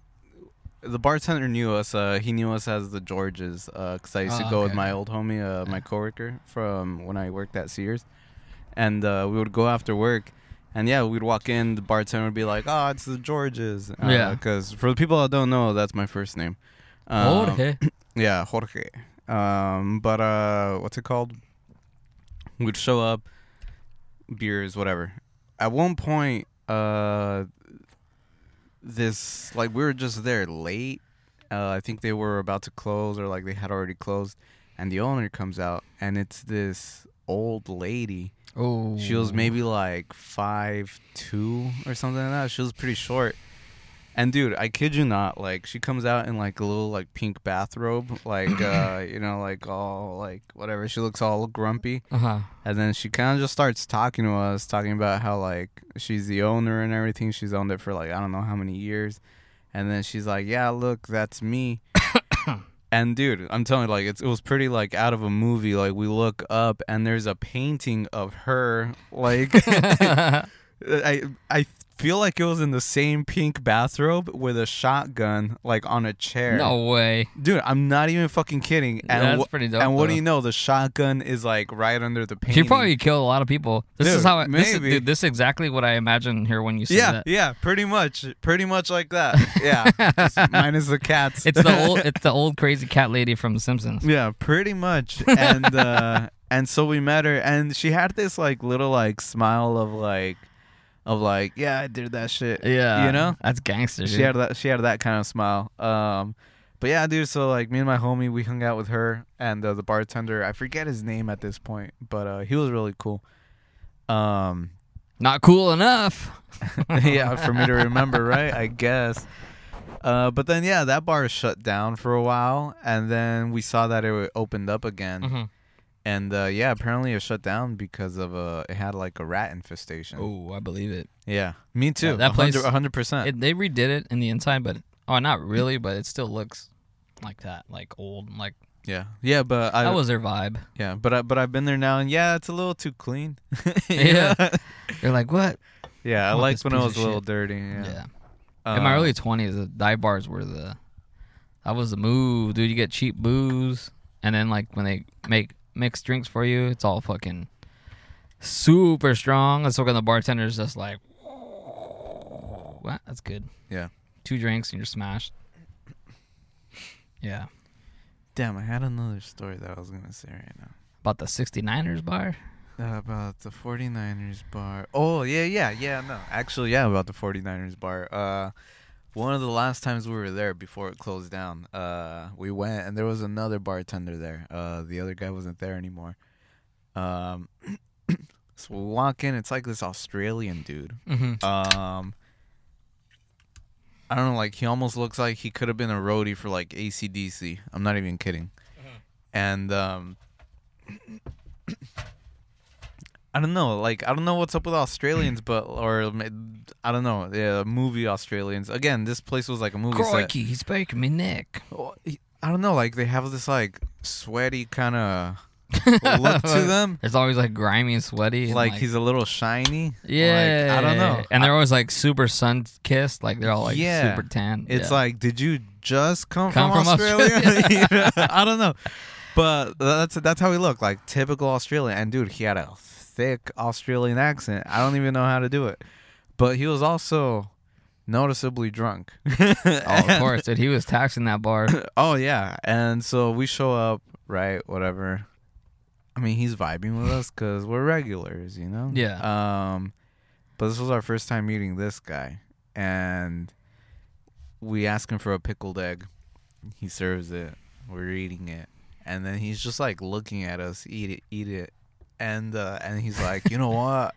the bartender knew us. Uh, he knew us as the Georges because I used Ah, to go with okay. my old homie, uh, my coworker from when I worked at Sears, and uh, we would go after work. And yeah, we'd walk in. The bartender would be like, "Oh, it's the Georges." Uh, Yeah. Because for the people that don't know, that's my first name. Um, Jorge. yeah, Jorge. Um, but uh, what's it called? We'd show up, beers, whatever. At one point, uh, this like we were just there late. Uh, I think they were about to close, or like they had already closed, and the owner comes out, and it's this old lady. Oh, She was maybe like five two or something like that. She was pretty short. And dude, I kid you not, like she comes out in like a little like pink bathrobe, like uh, you know, like all like whatever. She looks all grumpy. Uh huh. And then she kind of just starts talking to us, talking about how like she's the owner and everything. She's owned it for like I don't know how many years. And then she's like, "Yeah, look, that's me." and dude, I'm telling you, like it's, it was pretty like out of a movie. Like we look up and there's a painting of her. Like I I feel like it was in the same pink bathrobe with a shotgun, like on a chair. No way. Dude, I'm not even fucking kidding. And That's wha- pretty dope, And what though. do you know? The shotgun is like right under the painting. She probably killed a lot of people. This is Dude, how. I, this is, maybe. dude, this is exactly what I imagine here when you say Yeah, that. yeah, pretty much, pretty much like that. Yeah, Just minus the cats. It's the old. It's the old crazy cat lady from The Simpsons. yeah, pretty much. And uh, and so we met her, and she had this like little like smile of like, of like, yeah, I did that shit. Yeah. you know, That's gangster. she dude. had that she had that kind of smile. Um, but yeah, dude. So like me and my homie, we hung out with her and uh, the bartender. I forget his name at this point, but uh, he was really cool. Um, Not cool enough. yeah, for me to remember, right? I guess. Uh, but then, yeah, that bar shut down for a while, and then we saw that it opened up again, Mhm. and uh, yeah, apparently it shut down because of a it had like a rat infestation. Oh, I believe it. Yeah, me too. Yeah, that place- hundred percent. it. They redid it in the inside, but oh, not really. But it still looks like that, like old. Like Yeah, yeah, but I that was their vibe. yeah, but I, but I've been there now, and yeah, it's a little too clean. Yeah. You're like, what? yeah, I want liked this when piece it was of a little shit. dirty. Yeah, Yeah. In my Uh, early twenties, the dive bars were the that was the move, dude. You get cheap booze, and then like when they make mixed drinks for you, it's all fucking super strong. That's when the bartender's just like, "What? That's good. yeah. Two drinks and you're smashed." Yeah, Damn, I had another story that I was gonna say right now. about the 69ers bar. Uh, about the 49ers bar. Oh, yeah, yeah, yeah, no. Actually, yeah, about the 49ers bar. Uh one of the last times we were there before it closed down, uh we went and there was another bartender there. Uh the other guy wasn't there anymore. Um so we walk in, it's like this Australian dude. Mm-hmm. Um I don't know, like he almost looks like he could have been a roadie for like ACDC. I'm not even kidding. Uh-huh. And um I don't know, like I don't know what's up with Australians, but or ma- I don't know, yeah, movie Australians. Again, this place was like a movie set. Crikey, he's breaking me neck. Well, he- I don't know, like they have this like sweaty kind of look to them. It's always like grimy and sweaty. and, Like, he's a little shiny. yeah. like, I don't know. And they're always like super sun kissed. Like they're all like Yeah. super tan. It's Yeah. like, did you just come, Come from, from Australia? Australia. You know, I don't know, but that's that's how he looked like typical Australian. And dude, he had a thick Australian accent. I don't even know how to do it, but he was also noticeably drunk. Oh, of course, dude. He was taxing that bar. Oh yeah, and so we show up, right? Whatever. I mean, he's vibing with us because we're regulars, you know. Yeah. Um, but this was our first time meeting this guy, and we ask him for a pickled egg. He serves it. We're eating it, and then he's just like looking at us, eat it, eat it, and uh, and he's like, you know what?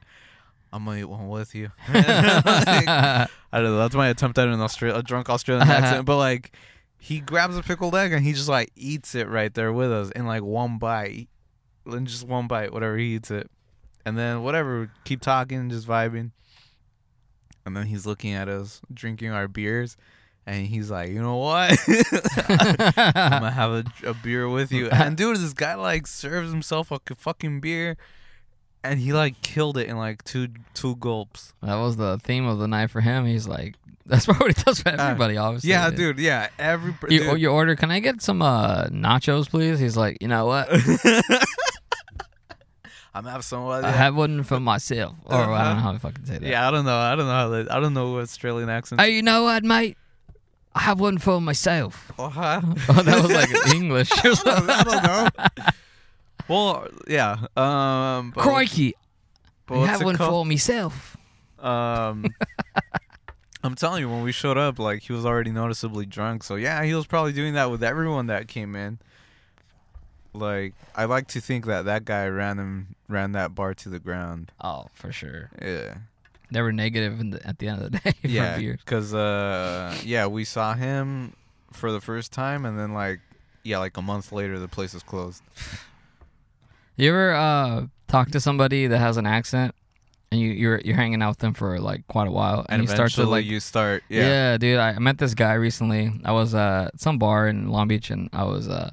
I'm gonna eat one with you. yeah, I don't know. That's my attempt at an Austra- a drunk Australian accent. But like, he grabs a pickled egg and he just like eats it right there with us in like one bite, in just one bite, whatever he eats it, and then whatever, we keep talking, just vibing, and then he's looking at us drinking our beers, and he's like, you know what? I'm gonna have a, a beer with you. And dude, this guy like serves himself a c- fucking beer, and he like killed it in like two two gulps. that was the theme of the night for him. He's like, that's what he does for everybody, obviously. Uh, Yeah, dude. Yeah, every per- You, dude. you order, can I get some uh, nachos, please? He's like, you know what? I'm have someone. I Yeah. have one for myself. Or I don't know how to fucking say that. Uh-huh. yeah, I don't know. I don't know how. They, I don't know what Australian accent. Oh, you know what, mate? I have one for myself. oh, huh? Oh, that was like English. or something. I don't know. well, yeah. Um, but, Crikey, but I what's have it one called? for myself. Um, I'm telling you, when we showed up, like he was already noticeably drunk. So yeah, he was probably doing that with everyone that came in. Like I like to think that that guy ran him ran that bar to the ground. Oh, for sure. Yeah. They were negative in the, at the end of the day for yeah, beers. because uh, yeah, we saw him for the first time, and then like, yeah, like a month later, the place was closed. You ever uh, talk to somebody that has an accent, and you you're you're hanging out with them for like quite a while, and, And you eventually, start to like you start, Yeah. yeah, dude. I I met this guy recently. I was uh, at some bar in Long Beach, and I was uh,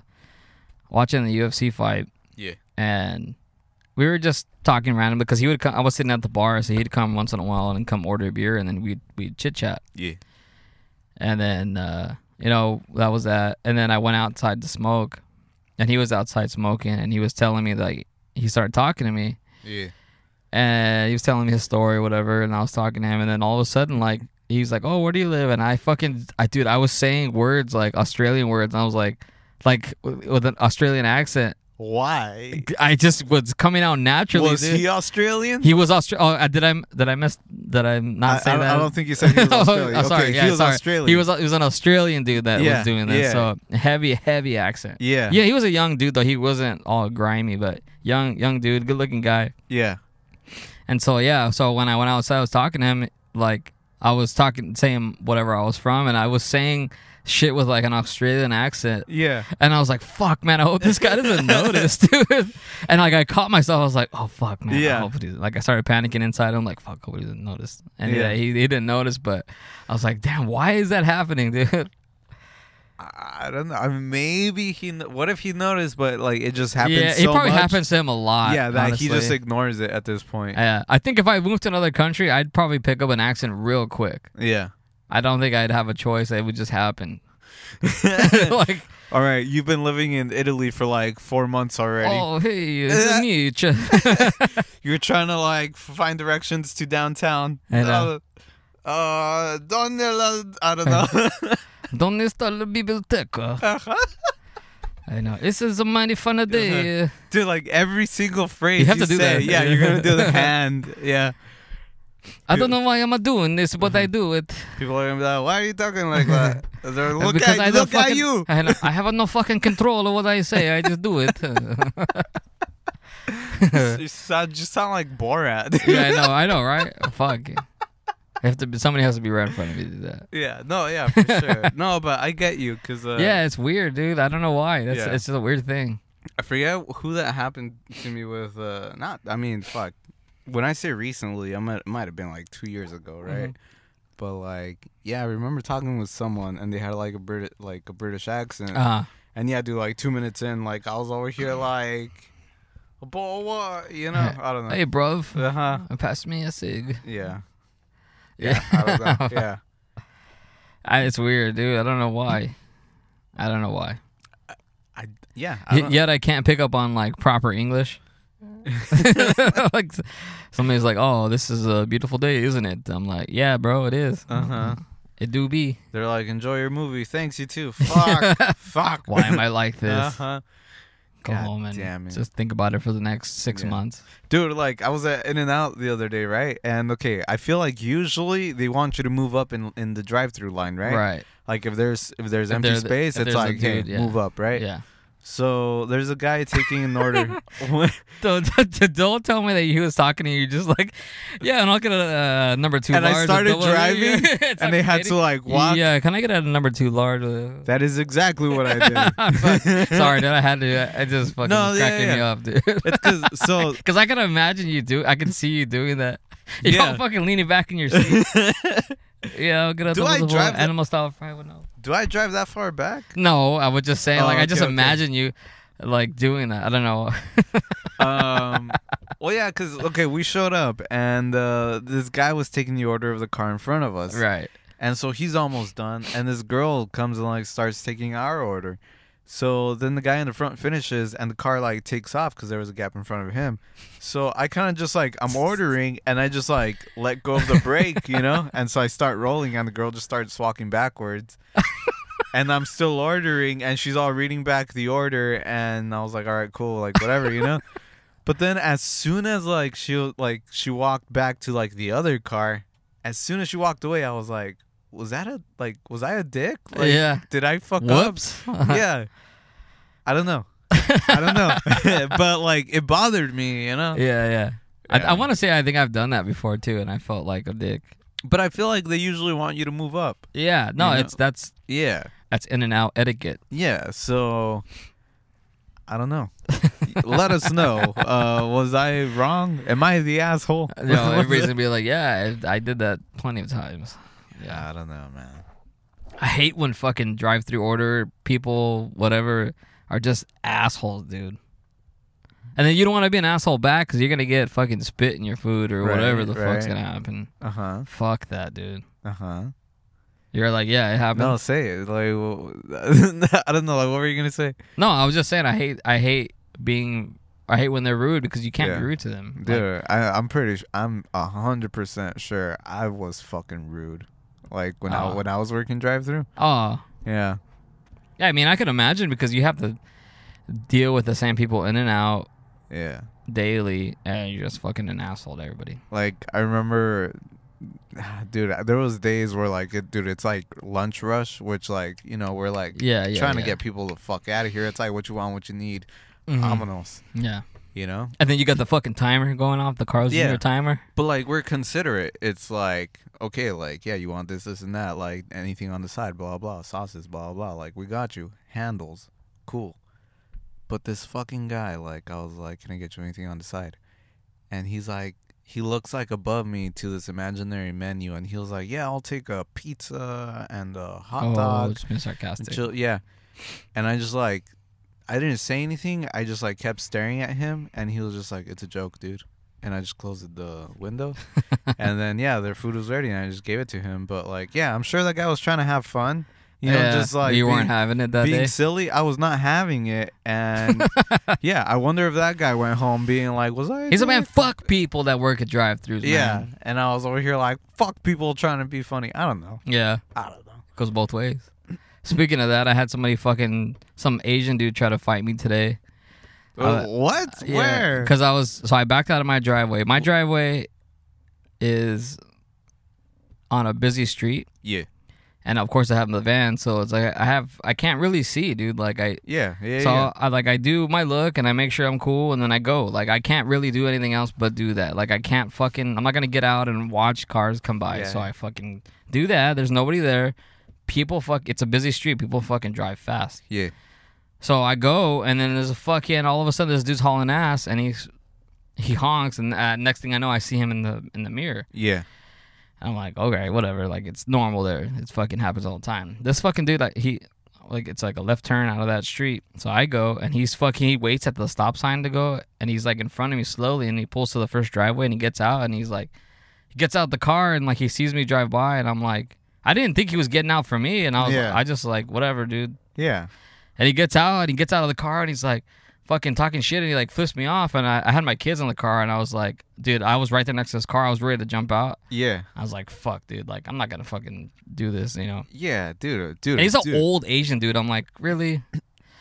watching the UFC fight, yeah, and we were just talking randomly because he would come. I was sitting at the bar, so he'd come once in a while and come order a beer, and then we'd we'd chit chat, yeah, and then uh, you know that was that. And then I went outside to smoke, and he was outside smoking, and he was telling me like he started talking to me, yeah, and he was telling me his story or whatever and i was talking to him and then all of a sudden like he's like oh where do you live and i fucking i dude i was saying words like australian words and i was like like w- with an australian accent Why i just was coming out naturally was dude. he Australian? He was Australian. Oh, I- did I did I miss? Did I I, not say I, don't- that? I don't think you said he was Oh, Australian. oh, okay, sorry, yeah, he was sorry. Australian. He was he was an Australian dude that Yeah, was doing that. yeah. So heavy, heavy accent. Yeah. yeah. He was a young dude though. He wasn't all grimy, but young, young dude, good looking guy. yeah, And so yeah, so when I went outside, I was talking to him like I was talking, saying whatever I was from, and I was saying shit with like an Australian accent. yeah. And I was like, "Fuck, man! I hope this guy doesn't notice, dude." And like, I caught myself. I was like, "Oh, fuck, man! I Yeah. hope he doesn't-" like, I started panicking inside. I'm like, "Fuck, I hope he doesn't notice." And yeah, Yeah. he, he didn't notice, but I was like, "Damn, why is that happening, dude?" I don't know. I mean, maybe he. kn- What if he noticed? But like, it just happens. yeah, it so probably much. happens to him a lot. Yeah, that he just honestly. Uh, ignores it at this point. Yeah, I think if I moved to another country, I'd probably pick up an accent real quick. yeah. I don't think I'd have a choice. It would just happen. like, All right, you've been living in Italy for like four months already. oh, hey, it's me. Ch- You're trying to like find directions to downtown. I know. Uh, uh, donde la- I don't know. Donde está la biblioteca? I know. This is a mighty fun day. Dude, like every single phrase You have to do say, that. Yeah, you're gonna do the hand. Yeah, I don't know why I'm doing this, but Mhm. I do it. people are gonna be like, "Why are you talking like that?" They're look because I at don't look fucking, at you. I, know- I have no fucking control of what I say. I just do it. you sound, just sound like Borat. yeah, I know. I know, right? Fuck. I have to. Be, somebody has to be right in front of me to do that. yeah, no, yeah, for sure. No, but I get you because uh, yeah, it's weird, dude. I don't know why. That's Yeah. it's just a weird thing. I forget who that happened to me with. Uh, not, I mean, fuck. When I say recently, I might might have been like two years ago, right? Mm-hmm. But like, yeah, I remember talking with someone, and they had like a Brit like a British accent, Uh, and yeah, dude, like two minutes in, like I was over here like, boy, what? You know, I don't know. hey, bruv, Uh huh. pass me a cig. Yeah. Yeah. I don't know. Yeah. I, it's weird, dude. I don't know why. I don't know why. I, yeah. I Y- don't, yet I can't pick up on like proper English. like s- somebody's like, "Oh, this is a beautiful day, isn't it?" I'm like, "Yeah, bro, it is. Uh huh. It do be. They're like, enjoy your movie. Thanks, you too. Fuck. Fuck. Why am I like this? Uh huh. Go God home and damn it. just think about it for the next six Yeah. months." Dude, like I was at In and Out the other day, right? And okay, I feel like usually they want you to move up in in the drive through line, right? Right. Like if there's if there's If empty there- space, if it's there's a like hey, dude, yeah. move up, right? Yeah. So there's a guy taking an order. Don't, don't- don't tell me that he was talking to you. Just like, yeah, and I'll get a uh, number two. and large I with started double-" driving It's and they had to like, like walk. Yeah, can I get a number two large? with- That is exactly what I did. Sorry, dude. I had to. I just fucking No, yeah, cracking yeah. me up, dude. It's cause so Because I can imagine you do. I can see you doing that. You Yeah. don't fucking leaning back in your seat. yeah, I'll get a Do double I double drive the- animal style fry with no. do I drive that far back? No, I would just say Oh, like I just okay, okay. imagine you like doing that. I don't know. um well yeah because okay we showed up and uh this guy was taking the order of the car in front of us right. and so he's almost done and this girl comes and like starts taking our order so then the guy in the front finishes and the car like takes off because there was a gap in front of him so i kind of just like i'm ordering and i just like let go of the brake you know and so i start rolling and the girl just starts walking backwards and i'm still ordering and she's all reading back the order and i was like all right cool like whatever you know but then as soon as like she like she walked back to like the other car, as soon as she walked away, I was like, was that a like was I a dick? Like Yeah. did I fuck Whoops. up? yeah. I don't know. I don't know, but like it bothered me, you know. Yeah, yeah. I, Yeah. I want to say I think I've done that before too, and I felt like a dick. But I feel like they usually want you to move up. Yeah, no, You know- it's that's Yeah, that's in and out etiquette. yeah. So I don't know. Let us know. Uh, was I wrong? Am I the asshole? You know, everybody's gonna be like, yeah, I, I did that plenty of times. yeah, I don't know, man. I hate when fucking drive-through order people, whatever, are just assholes, dude. And then you don't want to be an asshole back because you're gonna get fucking spit in your food or Right, whatever the fuck's right. gonna happen. Uh huh. Fuck that, dude. Uh huh. You're like, yeah, it happened. No, say it. Like, wh- I don't know. Like, what were you gonna say? No, I was just saying I hate I hate being I hate when they're rude because you can't Yeah. be rude to them. Like, Dude, I, I'm pretty. Sh- I'm hundred percent sure I was fucking rude. Like when Aw. I when I was working drive through. oh, Yeah. yeah. I mean, I could imagine because you have to deal with the same people in and out Yeah. daily, and you're just fucking an asshole to everybody. Like I remember, dude. There was days where like, it, dude, it's like lunch rush, which like you know we're like Yeah, yeah, trying to yeah. get people the fuck out of here. It's like what you want, what you need. Mhm. Aminos, Yeah. you know. And then you got the fucking timer going off, the Carl Jr. Yeah. timer. But like we're considerate. It's like okay, like yeah, you want this, this, and that. Like anything on the side, blah blah, sauces, blah blah. Like we got you. Handles, cool. But this fucking guy, like I was like, can I get you anything on the side? And he's like, he looks like above me to this imaginary menu, and he was like, yeah, I'll take a pizza and a hot Oh, dog. it's been sarcastic. Chill, yeah. And I just like, I didn't say anything. I just like kept staring at him, and he was just like, "It's a joke, dude." And I just closed the window, and then yeah, their food was ready, and I just gave it to him. But like, yeah, I'm sure that guy was trying to have fun, you know, Yeah, just like you being- weren't having it that being day. silly. I was not having it, and yeah, I wonder if that guy went home being like, "Was I?" He's a man. dick?" Fuck people that work at drive-throughs. Yeah, man. and I was over here like, "Fuck people trying to be funny." I don't know. Yeah. I don't know. Goes both ways. Speaking of that, I had somebody fucking some Asian dude try to fight me today. Uh, what? Where? Because I was so I backed out of my driveway. My driveway is on a busy street, yeah. and of course I have the van, so it's like I have I can't really see, dude. Like I Yeah. Yeah. so yeah. I like I do my look and I make sure I'm cool and then I go. Like I can't really do anything else but do that. Like I can't fucking I'm not gonna get out and watch cars come by. Yeah. So I fucking do that. There's nobody there. People fuck it's a busy street. People fucking drive fast. Yeah. So I go and then there's a fucking all of a sudden this dude's hauling ass and he's he honks and uh, next thing I know I see him in the in the mirror. Yeah. I'm like, okay, whatever. Like it's normal there. It fucking happens all the time. This fucking dude, like he, like it's like a left turn out of that street. So I go and he's fucking. He waits at the stop sign to go, and he's like in front of me slowly, and he pulls to the first driveway, and he gets out, and he's like, he gets out the car, and like he sees me drive by, and I'm like, I didn't think he was getting out for me, and I was, Yeah. like, I just like whatever, dude. Yeah. And he gets out and he gets out of the car and he's like fucking talking shit and he like flips me off and I, I had my kids in the car and I was like, dude, I was right there next to his car. I was ready to jump out. Yeah. I was like, fuck, dude. Like, I'm not gonna fucking do this, you know. Yeah, dude, uh, dude. And he's an dude. old Asian dude. I'm like, really?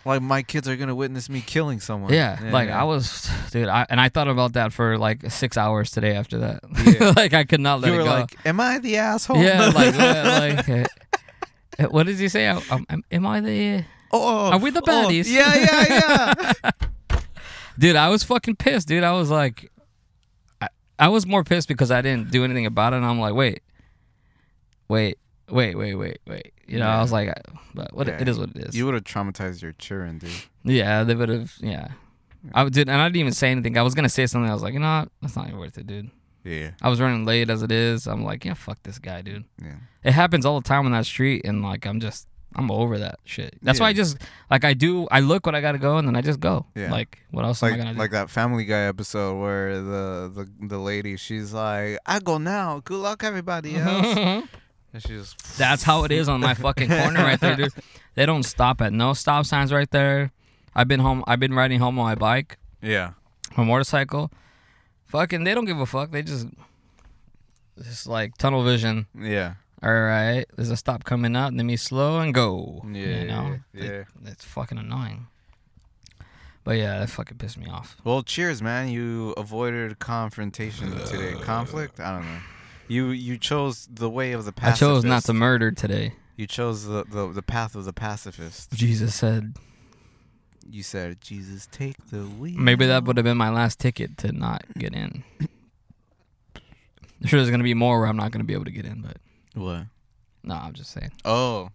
Like my kids are gonna witness me killing someone. Yeah. like I was, dude. I, and I thought about that for like six hours today after that. like I could not let You it were go. like, "Am I the asshole?" yeah. Like, what, like, uh, what did he say? I, am, am I the? oh, Are we the oh, baddies? yeah, yeah, yeah. Dude, I was fucking pissed, dude. I was like, I, I was more pissed because I didn't do anything about it. And I'm like, wait, wait, wait, wait, wait, wait. You know, I was like, I, but what Yeah. it is what it is. you would have traumatized your children, dude. Yeah, they would have. Yeah, I would- did, and I didn't even say anything. I was gonna say something. I was like, you know, what? that's not even worth it, dude. Yeah, I was running late as it is. I'm like, yeah, fuck this guy, dude. yeah, It happens all the time on that street, and like, I'm just, I'm over that shit. That's why I Yeah. just, like, I do, I look what I gotta go, and then I just go. Yeah. Like, what else am I gonna like do? like that Family Guy episode where the the, the lady she's like, "I go now. Good luck, everybody else." and she just That's how it is on my fucking corner right there, dude. They don't stop at no stop signs right there. I've been home. I've been riding home on my bike, yeah, my motorcycle. Fucking, they don't give a fuck. They just, just like tunnel vision. yeah, All right, there's a stop coming up. Let me slow and go. Yeah, you know, yeah, It- it's fucking annoying. But yeah, that fucking pissed me off. Well, cheers, man. You avoided confrontation today. Conflict? I don't know. You you chose the way of the I pacifist. chose not to murder today. You chose the, the, the path of the pacifist. Jesus said, you said, "Jesus, take the wheel." Maybe that would have been my last ticket to not get in. I'm sure there's gonna be more where I'm not gonna be able to get in, but What? no, I'm just saying. Oh,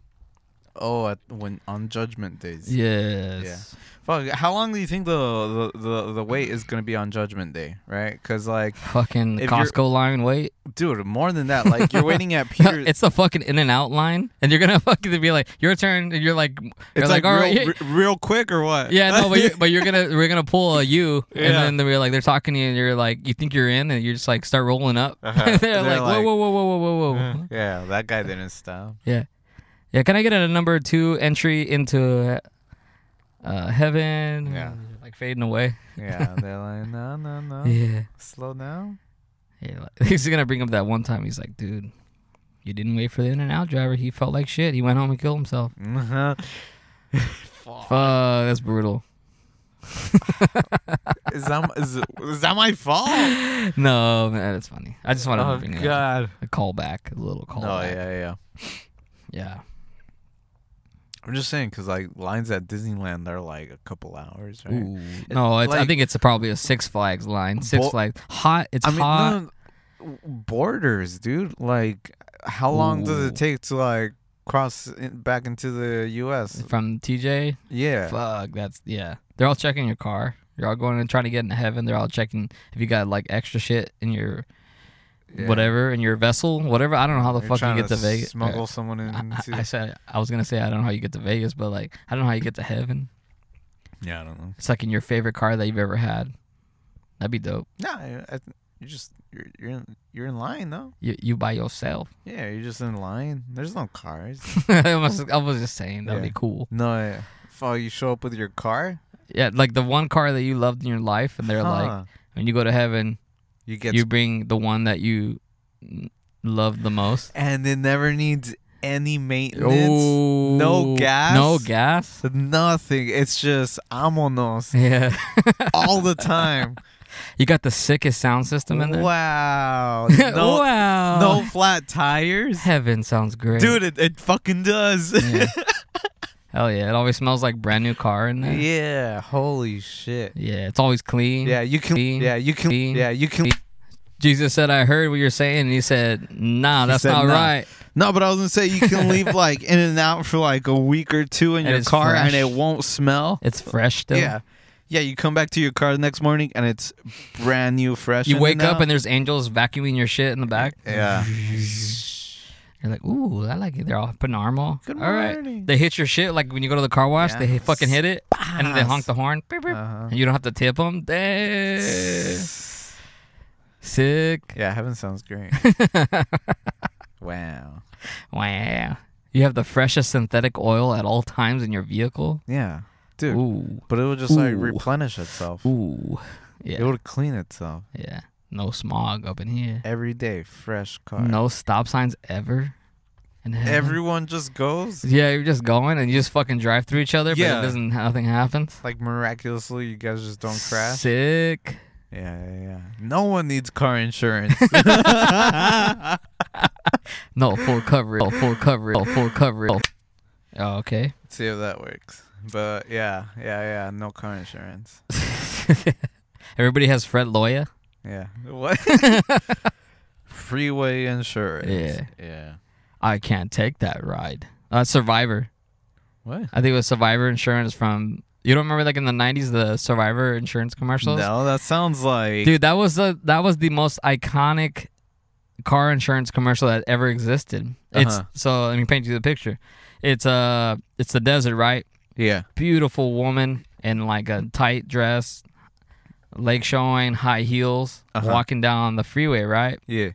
oh, at, when on Judgment Days. Yes. Fuck. How long do you think the the, the, the wait is gonna be on Judgment Day? Right? Because like, Fucking If you're- Costco line wait. dude, more than that. Like, you're waiting at Peter. it's the fucking in and out line, and you're gonna fucking be like, your turn, and you're like, you're It's like, all right, real, yeah, re- real quick or what? yeah, no, but you're, but you're gonna we're gonna pull a you, Yeah. and then we're like, they're talking to you, and you're like, you think you're in, and you just like start rolling up. Uh-huh. they're, They're like, like, whoa, whoa, whoa, whoa, whoa, whoa, whoa. yeah, that guy didn't stop. Yeah. Yeah, can I get a number two entry into uh, heaven? Yeah. Like fading away. Yeah, they're like, no, no, no, Yeah. slow down. yeah like, he's going to bring up that one time. He's like, dude, you didn't wait for the in and out driver. He felt like shit. He went home and killed himself. Mm. Fuck, that's brutal. is that my- is, is that my fault? No, man, it's funny. I just wanted to Oh bring it up. God. A callback, a little callback. No, Oh, yeah, yeah. Yeah. I'm just saying because like lines at Disneyland are like a couple hours, right? Ooh. No, it's, I like- think it's probably a Six Flags line. Six Bo- Flags. Hot. It's I mean, hot. no, w- borders, dude. Like, how long does Ooh. it take to like cross in, back into the U.S.? From TJ. Yeah. Fuck, that's yeah. They're all checking your car. You're all going and trying to get into heaven. They're all checking if you got like extra shit in your Yeah. whatever in your vessel, whatever. I don't know how the You're fuck you trying get to, Vegas. Smuggle someone I, into. I- I said I was gonna say I don't know how you get to Vegas, but like I don't know how you get to heaven. yeah, I don't know. It's like in your favorite car that you've ever had. That'd be dope. No, I, I, th- you're just you're you're in, you're in line though. You you by yourself. Yeah, you're just in line. There's no cars. I, was, I was just saying that'd Yeah. be cool. no. yeah. Fuck, you show up with your car. Yeah, like the one car that you loved in your life, and they're like, Huh. when you go to heaven, you get you bring the one that you love the most. and it never needs any maintenance, Oh, no gas? No gas. nothing. It's just amonos Yeah, all the time. you got the sickest sound system in there. Wow. No, wow. no flat tires. Heaven sounds great, Dude, it, it fucking does. Yeah. Hell yeah! It always smells like brand new car in there. yeah, holy shit. Yeah, it's always clean. Yeah, you can Clean. Yeah, you can Clean. Yeah, you can Jesus said, "I heard what you're saying," and he said, "Nah, that's said, not "Nah." right." No, but I was going to say you can leave like in and out for like a week or two in And your it's car and fresh. it won't smell. It's fresh still. Yeah. Yeah, you come back to your car the next morning and it's brand new fresh. You in wake up out. and there's angels vacuuming your shit in the back. Yeah. You're like, ooh, I like it. They're all putting arm all. Good All right. morning. They hit your shit like when you go to the car wash. They Yeah. hit- fucking hit it, and then they honk the horn. Beep, beep. Uh-huh. And you don't have to tip them. Damn. Sick. Yeah, heaven sounds great. wow. Wow. You have the freshest synthetic oil at all times in your vehicle. Yeah. Dude. Ooh. But it would just like Ooh. replenish itself. Ooh. It Yeah. would clean itself Yeah. No smog up in here. every day. Fresh car. No stop signs ever. in heaven. Everyone just goes. Yeah, you're just going and you just fucking drive through each other, but Yeah. it doesn't. Nothing happens. Like miraculously, you guys just don't crash. Sick. Yeah, yeah, yeah. No one needs car insurance. No full coverage. Oh, full coverage. Oh, full coverage. Oh, okay. see if that works. But yeah, yeah, yeah. No car insurance. Everybody has Fred Loya. Yeah. What? Freeway insurance. Yeah. Yeah. I can't take that ride. Uh, Survivor. What? I think it was Survivor insurance from. You don't remember like in the '90s the Survivor insurance commercials? No, that sounds like Dude, that was the that was the most iconic car insurance commercial that ever existed. It's Uh-huh. so let me paint you the picture. It's uh it's the desert, right? Yeah. Beautiful woman in like a tight dress, leg showing, high heels, Uh-huh. walking down the freeway, right? Yeah.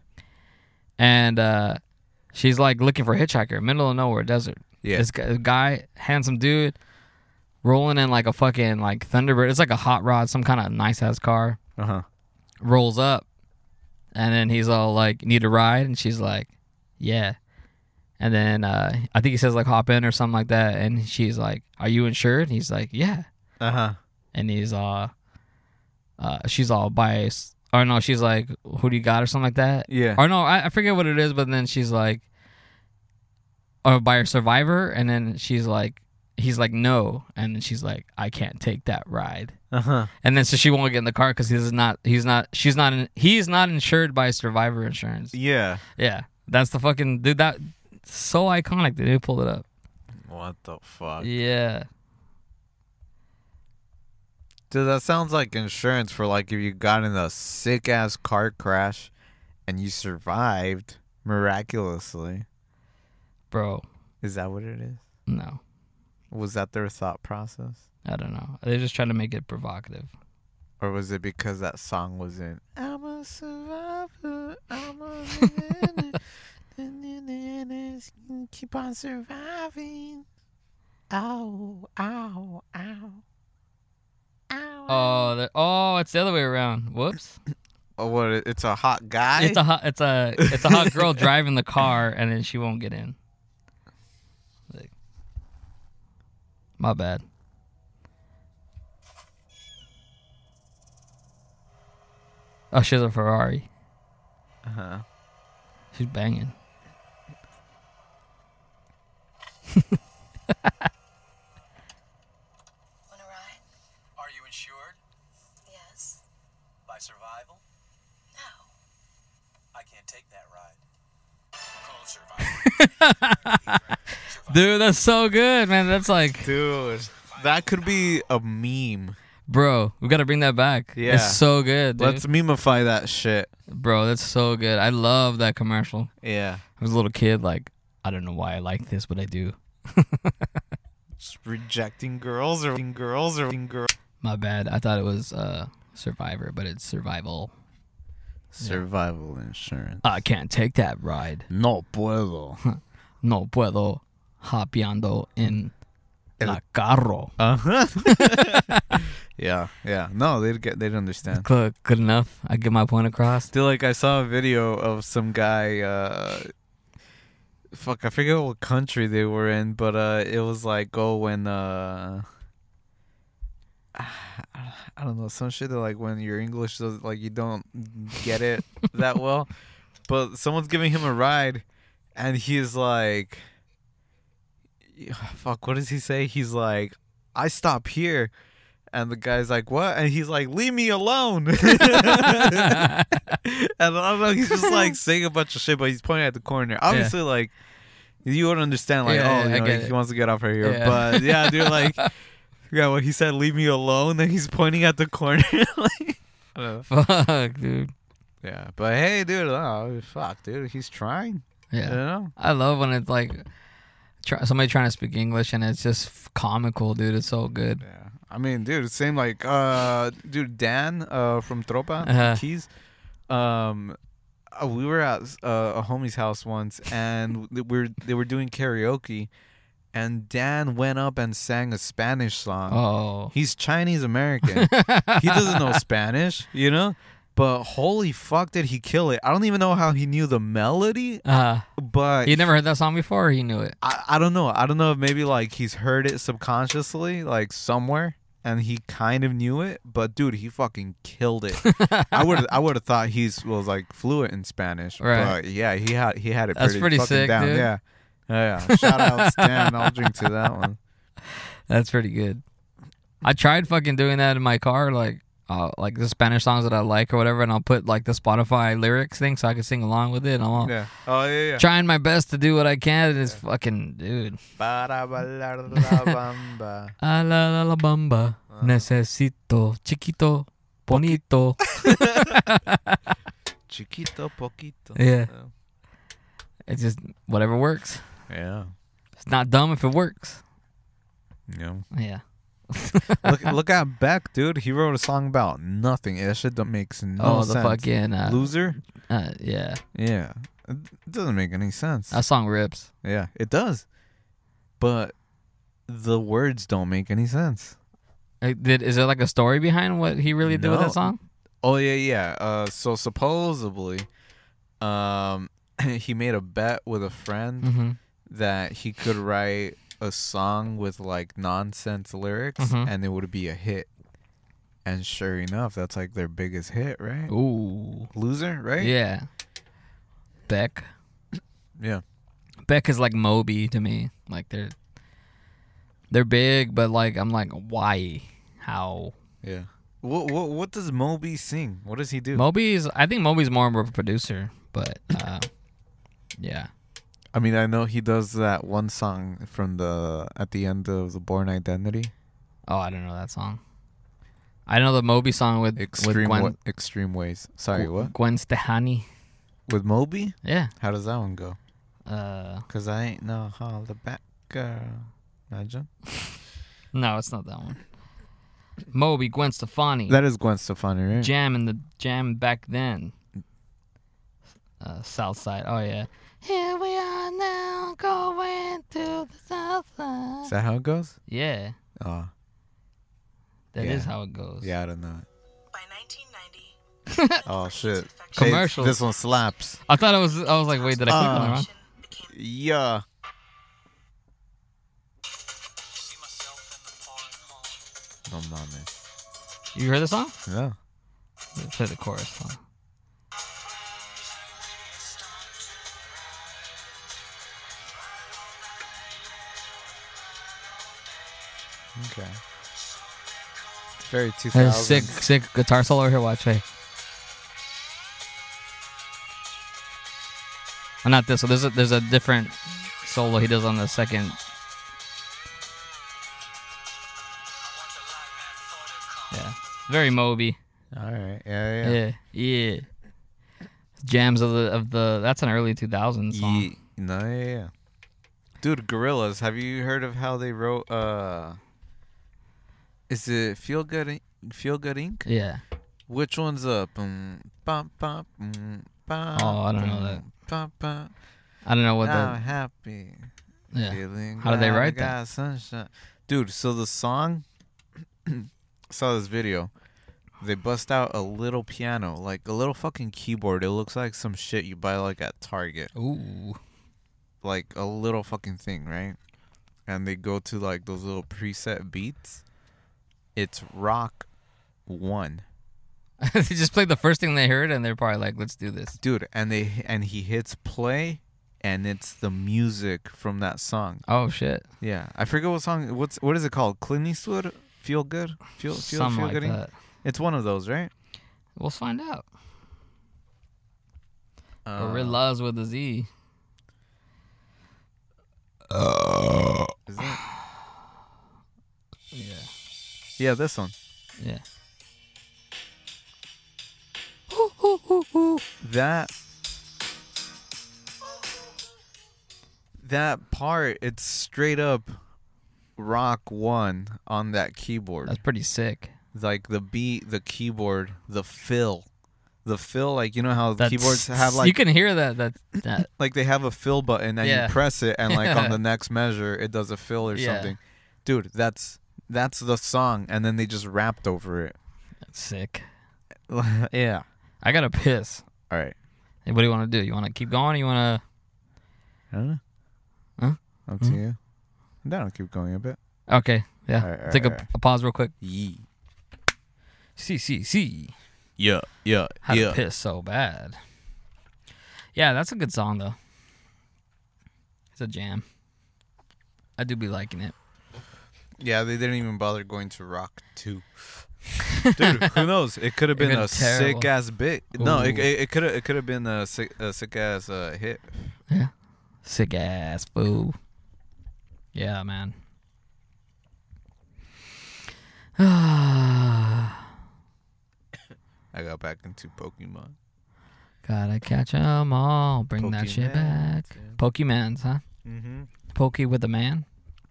and uh, she's like looking for a hitchhiker, middle of nowhere, desert. Yeah. This gu- guy, handsome dude, rolling in like a fucking like Thunderbird. It's like a hot rod, some kind of nice ass car. Uh huh. Rolls up, and then he's all like, "Need a ride?" And she's like, "Yeah." And then uh, I think he says like, "Hop in" or something like that. And she's like, "Are you insured?" And he's like, "Yeah." Uh huh. and he's uh, uh she's all biased. Or no, she's like, "Who do you got?" or something like that. Yeah. Or no, I, I forget what oh, it is, but then she's like, "Or by a survivor," and then she's like, he's like, no, and then she's like, I can't take that ride. Uh huh. And then so she won't get in the car because he's not, he's not, she's not, in, he's not insured by survivor insurance. Yeah. Yeah, that's the fucking dude. That so iconic. Dude, who pulled it up? What the fuck? Yeah, Dude, that sounds like insurance for like if you got in a sick ass car crash and you survived miraculously. bro. Is that what it is? No, Was that their thought process? I don't know. They're just trying to make it provocative. Or was it because that song was in I'm a survivor, I'm a survivor, keep on surviving. Ow, ow, ow. Ow. Oh, the- oh, it's the other way around. Whoops. oh, what? It's a hot guy? It's a hot, it's a it's a hot girl driving the car, and then she won't get in. Like, my bad. Oh, she has a Ferrari. uh-huh. She's banging. Want to ride? Are you insured Yes. by survival? No. I can't take that ride. Call survival. Dude, that's so good, man. That's like, Dude, that could be a meme. bro, we gotta bring that back. Yeah. it's so good, dude. Let's memeify that shit. bro. That's so good. I love that commercial. Yeah. I was a little kid, like, I don't know why I like this, but I do. Just rejecting girls or girls or girls. My bad. I thought it was uh, Survivor, but it's survival. Survival insurance. I can't take that ride. No puedo. No puedo hapeando en la carro. yeah, yeah. No, they'd get, they'd understand. Good, good enough. I get my point across. Dude, like I saw a video of some guy. uh Fuck, I forget what country they were in, but uh it was like, oh, when uh I don't know some shit that like when your English does like you don't get it that well, but someone's giving him a ride, and he's like, fuck, what does he say? He's like, I stop here. And the guy's like, "What?" And he's like, "Leave me alone." And I don't know, he's just like saying a bunch of shit, but he's pointing at the corner. Obviously, like you would understand, like, Yeah, yeah, oh, I you know, get he it. wants to get off right here. Yeah. But yeah, dude, like, yeah, well, he said, "Leave me alone," and he's pointing at the corner. like, Fuck, dude. yeah, but hey, dude, oh, fuck, dude, he's trying. Yeah. You know? I love when it's like try, somebody trying to speak English and it's just f- comical, dude. It's so good. Yeah, I mean, dude, same like, uh, dude, Dan, uh, from Tropa Uh-huh. Keys, um. uh, We were at uh, a homie's house once, and we were they were doing karaoke, and Dan went up and sang a Spanish song. Oh, He's Chinese American. he doesn't know Spanish, you know? But holy fuck, did he kill it? I don't even know how he knew the melody, uh, but you never heard that song before? Or he knew it. I, I don't know. I don't know if maybe like he's heard it subconsciously, like somewhere, and he kind of knew it. But dude, he fucking killed it. I would I would have thought he's was like fluent in Spanish. Right. But yeah, he had he had it. That's pretty sick, fucking down. dude. Yeah. Yeah, yeah. Shout out Stan. I'll drink to that one. That's pretty good. I tried fucking doing that in my car, like uh, like the Spanish songs that I like or whatever, and I'll put like the Spotify lyrics thing so I can sing along with it. And I'm all Yeah. Oh yeah. yeah. trying my best to do what I can, and it's fucking dude. Para bailar la bamba. A la la la bamba, Uh-huh. necesito chiquito, bonito. Chiquito, poquito. Yeah. It's just whatever works. Yeah. It's not dumb if it works. Yeah. Yeah. look, look at Beck, dude. He wrote a song about nothing. That shit don't makes no oh, sense. the fucking uh, Loser? uh, yeah. Yeah. It doesn't make any sense. That song rips. yeah, it does. But the words don't make any sense. Uh, Did is there like a story behind what he really did with No. that song? Oh yeah, yeah. Uh, so supposedly, um, he made a bet with a friend Mm-hmm. that he could write a song with like nonsense lyrics Mhm. and it would be a hit. And sure enough, that's like their biggest hit, right? Ooh. Loser, right? Yeah. Beck. Yeah. Beck is like Moby to me. Like they're They're big, but like I'm like, why? How? Yeah. What what what does Moby sing? What does he do? Moby's. I think Moby's more of a producer, but uh, yeah. I mean, I know he does that one song from the at the end of the Born Identity. Oh, I don't know that song. I know the Moby song with Extreme with Gwen, wa- extreme ways. Sorry, what? Gwen Stehani. With Moby? Yeah. How does that one go? Uh, Cause I ain't no hollaback girl. uh, Imagine. no, it's not that one. Moby, Gwen Stefani, That is Gwen Stefani, right? Jam in the Jam back then. Uh, south side. Oh yeah. Here we are now, going to the south side. is that how it goes? Yeah, Oh, that is Yeah. how it goes. yeah, I don't know. By 1990, Oh shit. Come Hey, Commercials. this one slaps. I thought I was. I was like, wait, did I click on the wrong? became Yeah. See myself in the foreign mall. No mames. You heard the song? No. Yeah, Play the chorus. Song. Okay. It's very two There's thousand. sick, sick guitar solo here. Watch, hey. Well, not this. one. there's a there's a different solo he does on the second. Yeah, very Moby. All right. Yeah. Yeah. Yeah, yeah. Jams of the of the that's an early 2000s song. Ye- no, yeah, yeah. Dude, gorillas. Have you heard of how they wrote? uh Is it feel good? In- feel good Inc. Yeah, Which one's up? Um, bum, bum, mm, bum, Oh, I don't know that. Bum, bum. I don't know what Now I'm the happy. yeah. Feeling How did they glad I write that? got sunshine. Dude, so the song saw this video. They bust out a little piano, like a little fucking keyboard. It looks like some shit you buy like at Target Ooh, like a little fucking thing, right? And they go to like those little preset beats. It's rock one, they just played the first thing they heard and they're probably like, let's do this. dude. And they and he hits play, and it's the music from that song. Oh shit, Yeah, I forget what song. What's what is it called? Clint Eastwood. Feel good. Feel feel something feel like good. Inc.? that. It's one of those, right? We'll find out. Uh, Gorillas with a Z. is it? Yeah. Yeah, this one. Yeah. That that part, it's straight up rock one on that keyboard. That's pretty sick. like the beat, the keyboard, the fill, the fill. Like you know how the That's, keyboards have you like can hear that that that like they have a fill button and Yeah. you press it and like on the next measure it does a fill or Yeah. something. Dude, that's that's the song, and then they just rapped over it. that's sick. yeah. I gotta piss. All right. Hey, what do you want to do? You want to keep going? Or you want I don't know. Huh? Up to you. That will keep going a bit. to? Okay. Yeah. All right, all Take right, all a, right. a pause real quick. Yee. See, see, see. Yeah, yeah, How to piss so bad. Yeah, that's a good song though. It's a jam. I do be liking it. Yeah, they didn't even bother going to Rock 2. Dude, who knows? It could have been been a terrible. sick ass bit. No, it Ooh. it it could have it could have been a sick a sick ass uh, hit. Sick ass fool. Yeah, man. I got back into Pokemon. Gotta catch 'em all. Bring that shit Pokemans, back. Pokemans, huh? Mm-hmm. Pokey with a man.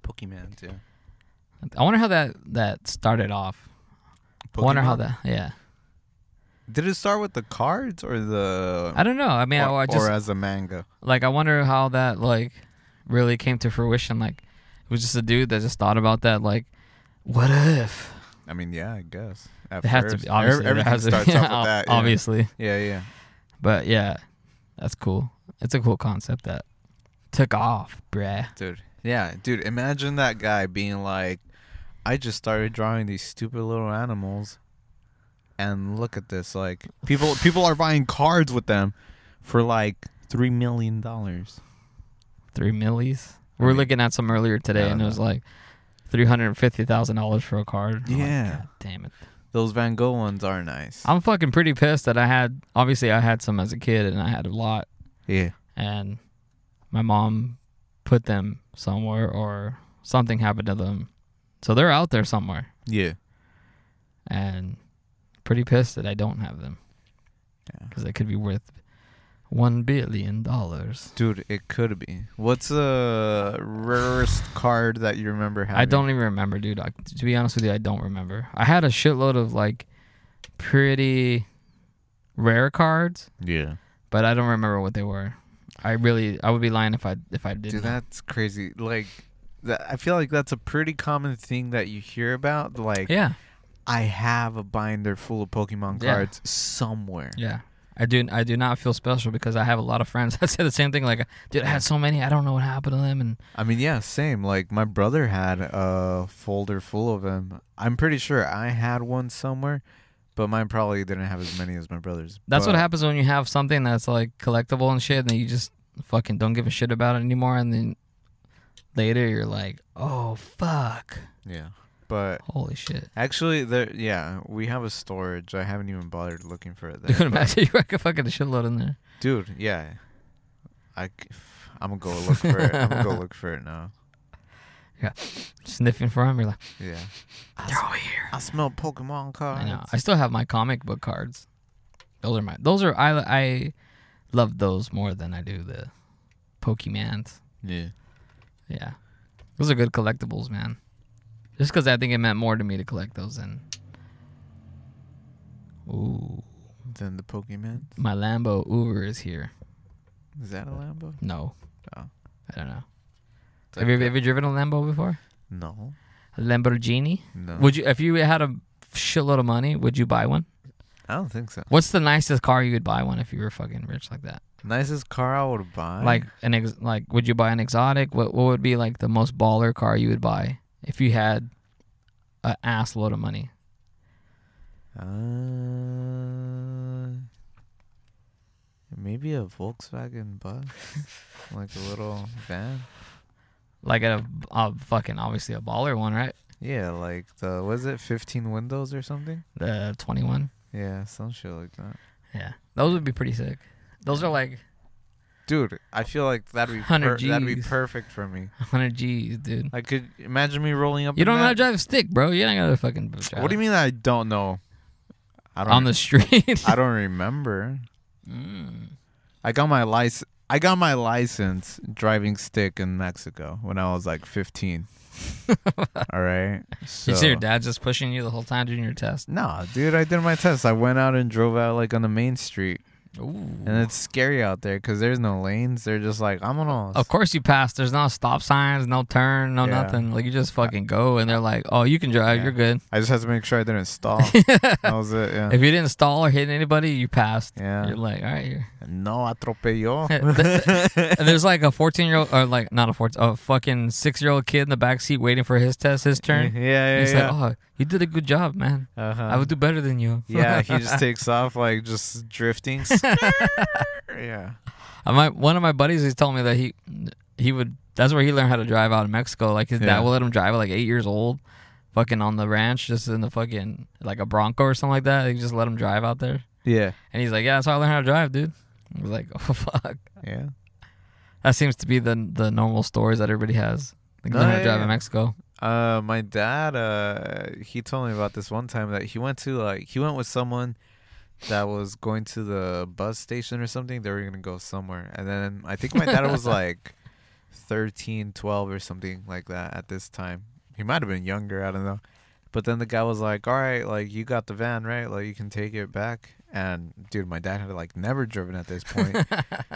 Pokemon too. I wonder how that that started off. I wonder how that. Yeah. Did it start with the cards or the I don't know. I mean, I- Oh. or, I just or as a manga? like I wonder how that like really came to fruition. Like it was just a dude that just thought about that. Like, what if I mean, yeah, I guess. At it has to first. be obviously Ev- there everything has to be- starts off with that. yeah. obviously. Yeah, yeah. But yeah, that's cool. It's a cool concept that took off, bruh. Dude. Yeah, dude, imagine that guy being like, I just started drawing these stupid little animals and look at this. Like people people are buying cards with them for like three million dollars. Three millies. We were Right. Uh-huh. looking at some earlier today, Yeah, and it no. was like three hundred and fifty thousand dollars for a card. I'm like, Yeah. God damn it. Those Van Gogh ones are nice. I'm fucking pretty pissed that I had. Obviously, I had some as a kid, and I had a lot, yeah. and my mom put them somewhere, or something happened to them, so they're out there somewhere, Yeah. and pretty pissed that I don't have them, because they could be worth one billion dollars. Dude, it could be. What's a rarest card that you remember having? I don't even remember, dude. I, to be honest with you, I don't remember. I had a shitload of like pretty rare cards, Yeah. but I don't remember what they were. I really, I would be lying if I if I did. Dude, that's crazy. Like, that, I feel like that's a pretty common thing that you hear about. Like, Yeah, I have a binder full of Pokemon Yeah. cards somewhere. yeah. I do. I do not feel special because I have a lot of friends that say the same thing. Like, dude, I had so many. I don't know what happened to them. And I mean, yeah, same. Like my brother had a folder full of them. I'm pretty sure I had one somewhere, but mine probably didn't have as many as my brother's. that's what But- happens when you have something that's like collectible and shit, and then you just fucking don't give a shit about it anymore. And then later you're like, oh fuck, Yeah, but holy shit. actually, there. Yeah, we have a storage. I haven't even bothered looking for it. Dude, There. imagine you had a fucking shitload in there. Dude, yeah, I. am gonna go look for it. I'm gonna go look for it now. Sniffing for them, you're like, Yeah, they're all here. I smell Pokemon cards. I know. I still have my comic book cards. Those are my. Those are I. I love those more than I do the Pokemans. Yeah. Yeah, those are good collectibles, man. Just because I think it meant more to me to collect those than. Ooh, Then the Pokemon. my Lambo Uber is here. Is that a Lambo? No. Oh. I don't know. Have you ever driven a Lambo before? No. A Lamborghini? No. Would you, if you had a shitload of money, would you buy one? I don't think so. What's the nicest car you would buy one if you were fucking rich like that? Nicest car I would buy. Like an ex- like, would you buy an exotic? What what would be like the most baller car you would buy if you had a ass load of money? Uh, maybe a Volkswagen bus, like a little van. Like a, a fucking obviously a baller one, right? Yeah, like the was it fifteen windows or something? The twenty one. Yeah, some shit like that. Yeah, those would be pretty sick. Those are like Dude, I feel like that'd be per- 100 that'd be Gs. perfect for me. hundred G's, dude. I could imagine me rolling up. You in don't know how that. to drive a stick, bro. You're not gonna fucking. Drive What do you mean? I don't know. I don't. On the street. I don't remember. I got my license. I got my license driving stick in Mexico when I was like 15. All right. So, You see your dad just pushing you the whole time during your test. Nah, dude, I did my test. I went out and drove out like on the main street, Ooh. and it's scary out there because there's no lanes. They're just like I'm gonna. Of course you pass. There's no stop signs, no turn, no Yeah. nothing. Like you just fucking go, and they're like, "Oh, you can drive. You're good." I just had to make sure I didn't stall. that was it. Yeah. If you didn't stall or hit anybody, you passed. Yeah. You're like, all right. You're... No atropello. And there's like a 14 year old, or like not a 14, a fucking six year old kid in the back seat waiting for his test, his yeah, turn. And yeah, he's Mm-hmm. yeah. like, oh, you did a good job, man. Uh-huh. I would do better than you. yeah, he just takes off like just drifting. yeah. I might, one of my buddies, he's telling me that he he would. That's where he learned how to drive out in Mexico. Like his Yeah. dad would let him drive at like eight years old, fucking on the ranch, just in the fucking like a Bronco or something like that. He just let him drive out there, Yeah. and he's like, "Yeah, that's how I learned how to drive, dude." I was like, "Oh fuck." Yeah. That seems to be the the normal stories that everybody has. Like No, learn how yeah, to drive Oh, yeah. in Mexico. Uh, my dad, uh, he told me about this one time that he went to like he went with someone that was going to the bus station or something. They were gonna go somewhere, and then I think my dad was like 13, 12 or something like that at this time. He might have been younger, I don't know. But then the guy was like, "All right, like you got the van, right? Like you can take it back." And dude, my dad had like never driven at this point,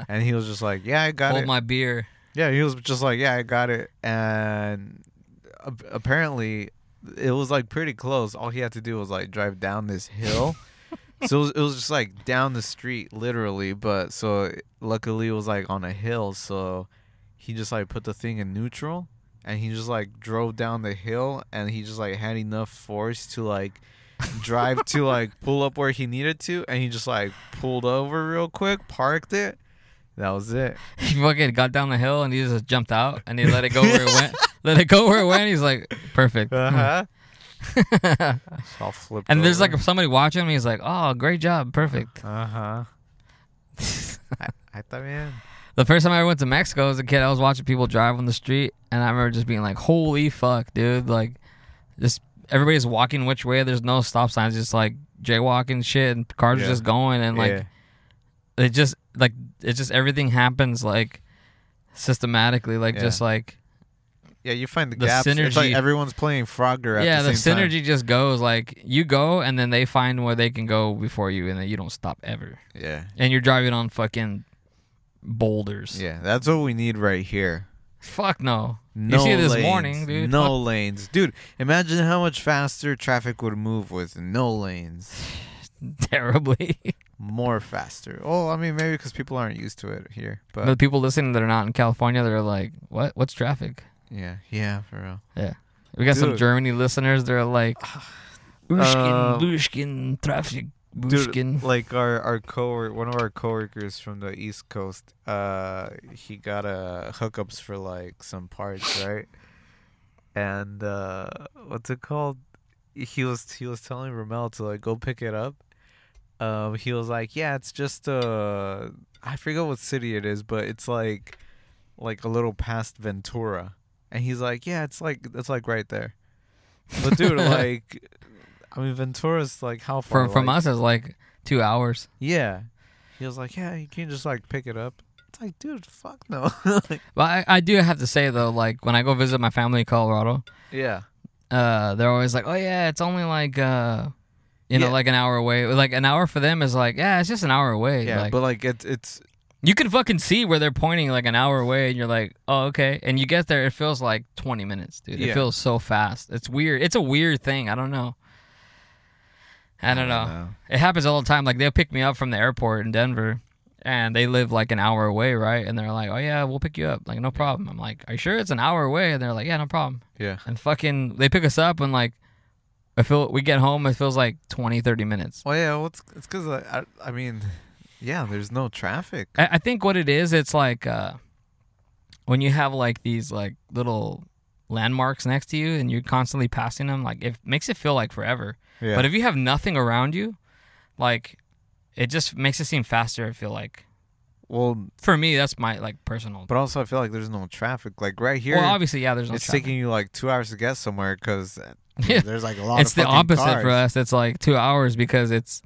and he was just like, "Yeah, I got Hold it." my beer. Yeah, he was just like, "Yeah, I got it," and ap- apparently, it was like pretty close. All he had to do was like drive down this hill, so it was, it was just like down the street, literally. But so luckily, it was like on a hill, so he just like put the thing in neutral, and he just like drove down the hill, and he just like had enough force to like drive to like pull up where he needed to, and he just like pulled over real quick, parked it. That was it. He fucking got down the hill and he just jumped out and he let it go where it went. let it go where it went. He's like, perfect. Uh-huh. all flipped. And there's like somebody watching me. He's like, oh, great job, perfect. uh huh. I thought, man, The first time I went to Mexico as a kid, I was watching people drive on the street, and I remember just being like, "Holy fuck, dude!" Like, just everybody's walking which way. There's no stop signs, just like jaywalking shit, and cars Yeah. are just going, and like yeah. it just like it just everything happens like systematically, like Yeah. just like yeah, you find the, the gaps. It's like synergy- everyone's playing Frogger at yeah, the the, same synergy just goes like you go, and then they find where they can go before you, and then you don't stop ever, time. Yeah, and you're driving on fucking boulders. yeah, that's what we need right here. Fuck no. No you see this lanes, morning, dude. No Fuck lanes, dude. Imagine how much faster traffic would move with no lanes. terribly. More faster. Oh, I mean, maybe because people aren't used to it here, but the people listening that are not in California, they're like, "What? What's traffic?" yeah, yeah, for real. Yeah, we got some Dude. Germany listeners. They're like, Uh, "Bushkin, Bushkin, traffic, Dude, Bushkin." like our our coworker, one of our coworkers from the East Coast, uh, he got uh hookups for like some parts, right? And uh, what's it called? He was he was telling Ramel to like go pick it up. Um, he was like, yeah, it's just uh, I forget what city it is, but it's like, like a little past Ventura, and he's like, yeah, it's like it's like right there. But dude, like. I mean, Ventura's like how far For, from like, us, it's like two hours. yeah. He was like, yeah, you can just like pick it up. It's like, dude, fuck no. Like, But I, I do have to say though, like when I go visit my family in Colorado, yeah. uh, they're always like, "Oh yeah, it's only like." uh you know, Yeah. like an hour away. Like an hour for them is like, yeah, it's just an hour away. Yeah, like, but like it's it's you can fucking see where they're pointing like an hour away, and you're like, oh, okay. And you get there, it feels like 20 minutes, dude. It Yeah. feels so fast. It's weird. It's a weird thing. I don't know. I don't, know. It happens all the time. Like they'll pick me up from the airport in Denver, and they live like an hour away, right? And they're like, oh yeah, we'll pick you up. Like no problem. I'm like, are you sure it's an hour away? And they're like, yeah, no problem. Yeah. And fucking, they pick us up, and like, I feel we get home. It feels like 20, 30 minutes. Well, yeah, well, it's it's because I, I I mean, yeah, there's no traffic. I, I think what it is, it's like uh, when you have like these like little landmarks next to you and you're constantly passing them, like it makes it feel like forever. Yeah. But if you have nothing around you, like it just makes it seem faster. I feel like well, for me, that's my like personal. but also I feel like there's no traffic. Like right here, well, obviously, yeah. There's no. it's traffic. taking you like two hours to get somewhere because Yeah. there's like a lot. it's of the fucking opposite cars. for us. It's like two hours because it's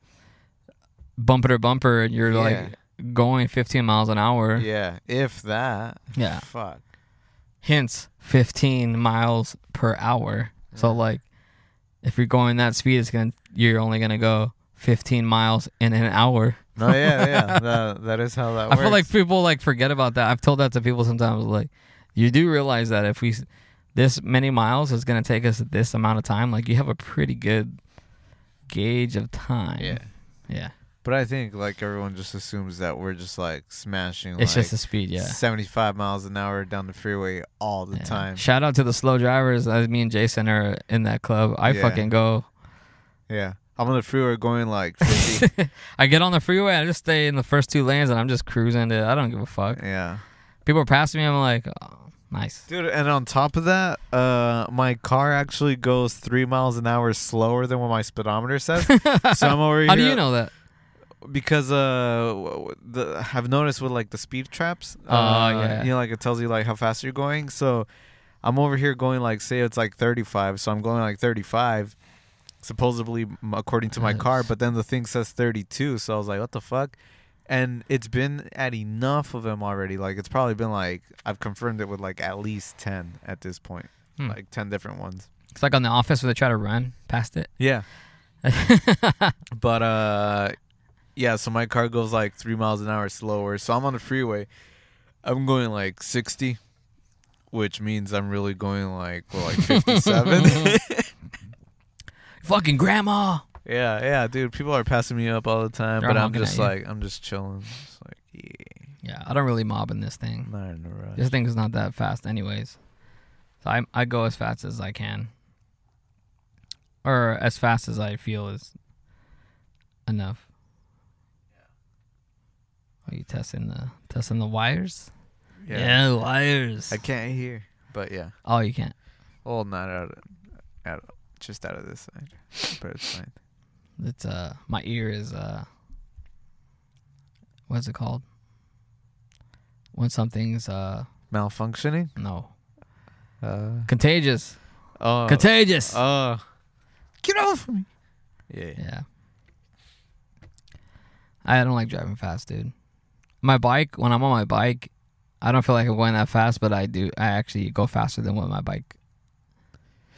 bumper to bumper, and you're like going 15 miles an hour. Yeah, if that. Yeah. Fuck. hence 15 miles per hour. So like, if you're going that speed, it's gonna you're only gonna go 15 miles in an hour. No, yeah, yeah. that, that is how that I works. feel like people like forget about that. I've told that to people sometimes. Like, you do realize that if we s- this many miles is gonna take us this amount of time, like you have a pretty good gauge of time. Yeah. yeah. But I think like everyone just assumes that we're just like smashing. It's like, just the speed. Yeah. 75 miles an hour down the freeway all the Yeah. time. Shout out to the slow drivers. As me and Jason are in that club, I Yeah. fucking go Yeah. I'm on the freeway going like 50. I get on the freeway. I just stay in the first two lanes, and I'm just cruising. Dude. I don't give a fuck. yeah. People are passing me. I'm like, oh, nice. Dude, and on top of that, uh, my car actually goes three miles an hour slower than what my speedometer says. so I'm over here. How do you know that? Because uh, w- w- the, I've noticed with like the speed traps. uh, Oh, yeah. You know, like it tells you like how fast you're going. So I'm over here going like, say it's like 35. So I'm going like 35, supposedly m- according to my car. But then the thing says 32. So I was like, what the fuck? And it's been at enough of them already. Like it's probably been like I've confirmed it with like at least 10 at this point, Hmm. like 10 different ones. It's like on the office where they try to run past it. Yeah. But uh yeah, so my car goes like three miles an hour slower. So I'm on the freeway. I'm going like sixty, which means I'm really going like well like fifty seven. fucking grandma. yeah, yeah, dude. People are passing me up all the time, They're but all I'm honking at just you. like I'm just chilling. Just like yeah, Yeah, I don't really mob in this I'm thing. not in a rush. This thing's not that fast, anyways. So I I go as fast as I can, or as fast as I feel is enough. Are you testing the testing the wires? yeah. wires. I can't hear. But yeah, Oh, you can't. well, not out, of, out of- just out of this side, but it's fine. It's uh, my ear is uh, what's it called? When something's uh, Malfunctioning. no, Uh, contagious, oh, contagious. uh, get off me. Yeah. Yeah. I don't like driving fast, dude. My bike, when I'm on my bike, I don't feel like I'm going that fast, but I do. I actually go faster than with my bike.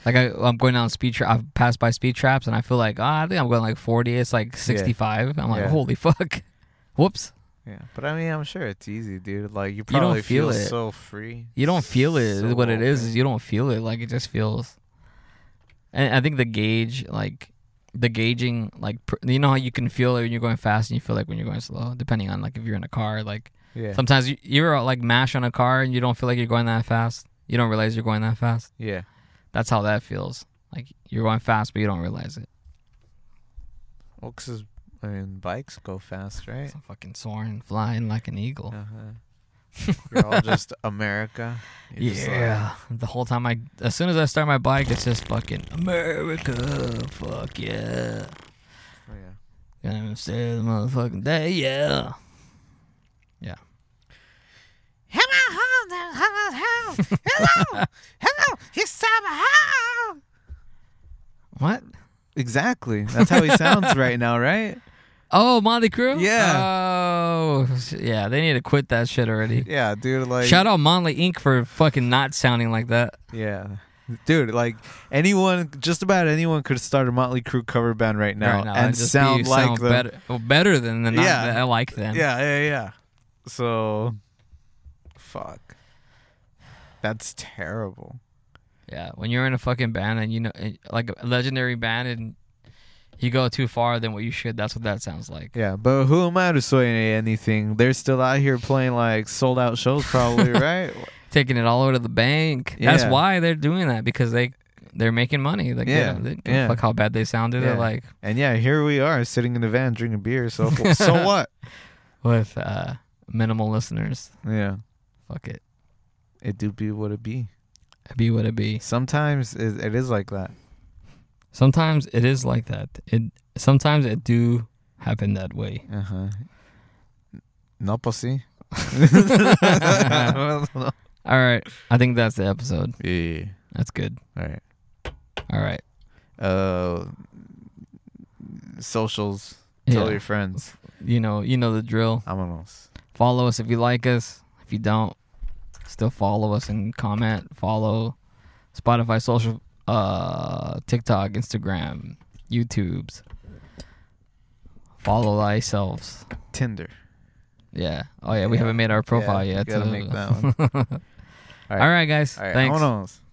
Like I, I'm going down speed trap. I've passed by speed traps, and I feel like ah, I think I'm going like 40. It's like 65. I'm like, Yeah. holy fuck! Whoops! Yeah, but I mean, I'm sure it's easy, dude. Like you probably feel feel, it. so free. You don't feel it. So what it is open. is you don't feel it. Like it just feels. And I think the gauge, like the gauging, like pr- you know how you can feel it when you're going fast and you feel like when you're going slow, depending on like if you're in a car. Like Yeah, sometimes you, you're like mash on a car and you don't feel like you're going that fast. You don't realize you're going that fast. yeah. That's how that feels. Like you're going fast, but you don't realize it. Well, 'cause, I mean, bikes go fast, right? So fucking soaring, flying like an eagle. Uh-huh. You're all just America. You're just like- Yeah. the whole time I, as soon as I start my bike, it's just fucking America. Fuck yeah. Oh, yeah. Gonna stay the motherfucking day, yeah. Yeah. What? Exactly. That's how he sounds right now, right? Oh, Monty Crew? Yeah. Oh, s- yeah. They need to quit that shit already. Yeah, dude. Like, Shout out Monley Inc. for fucking not sounding like that. Yeah. Dude, like anyone, just about anyone could start a Motley Crue cover band right now, right now. and It'd just sound be, like sound them. better, well, better than the not- Yeah. I like them. Yeah, yeah, yeah. So, fuck. That's terrible. Yeah, when you're in a fucking band and you know, and- like a legendary band, and you go too far than what you should, that's what that sounds like. Yeah, but who am I to say anything? They're still out here playing like sold out shows, probably, right? Taking it all over to the bank. That's Yeah. why they're doing that because they they're making money. Like, they Yeah, don't, they don't yeah. fuck how bad they sounded. They're Yeah. like And yeah, here we are sitting in a van drinking beer. So, so what? with uh, minimal listeners. Yeah, Fuck it. it do be what it be. It be what it be. Sometimes it, it is like that. Sometimes it is like that. It sometimes it do happen that way. Uh huh. No pussy. All right, I think that's the episode. yeah. That's good. All right. All right. Uh, socials. Tell Yeah. your friends. You know, you know the drill. Vamos. Follow us if you like us. If you don't, still follow us and comment. Follow Spotify, social, uh, TikTok, Instagram, YouTube's. Follow thyself. Tinder. Yeah. Oh yeah, we haven't made our profile Yeah, yet. gotta so- make that one. All right, guys. All right. Thanks. Vamos.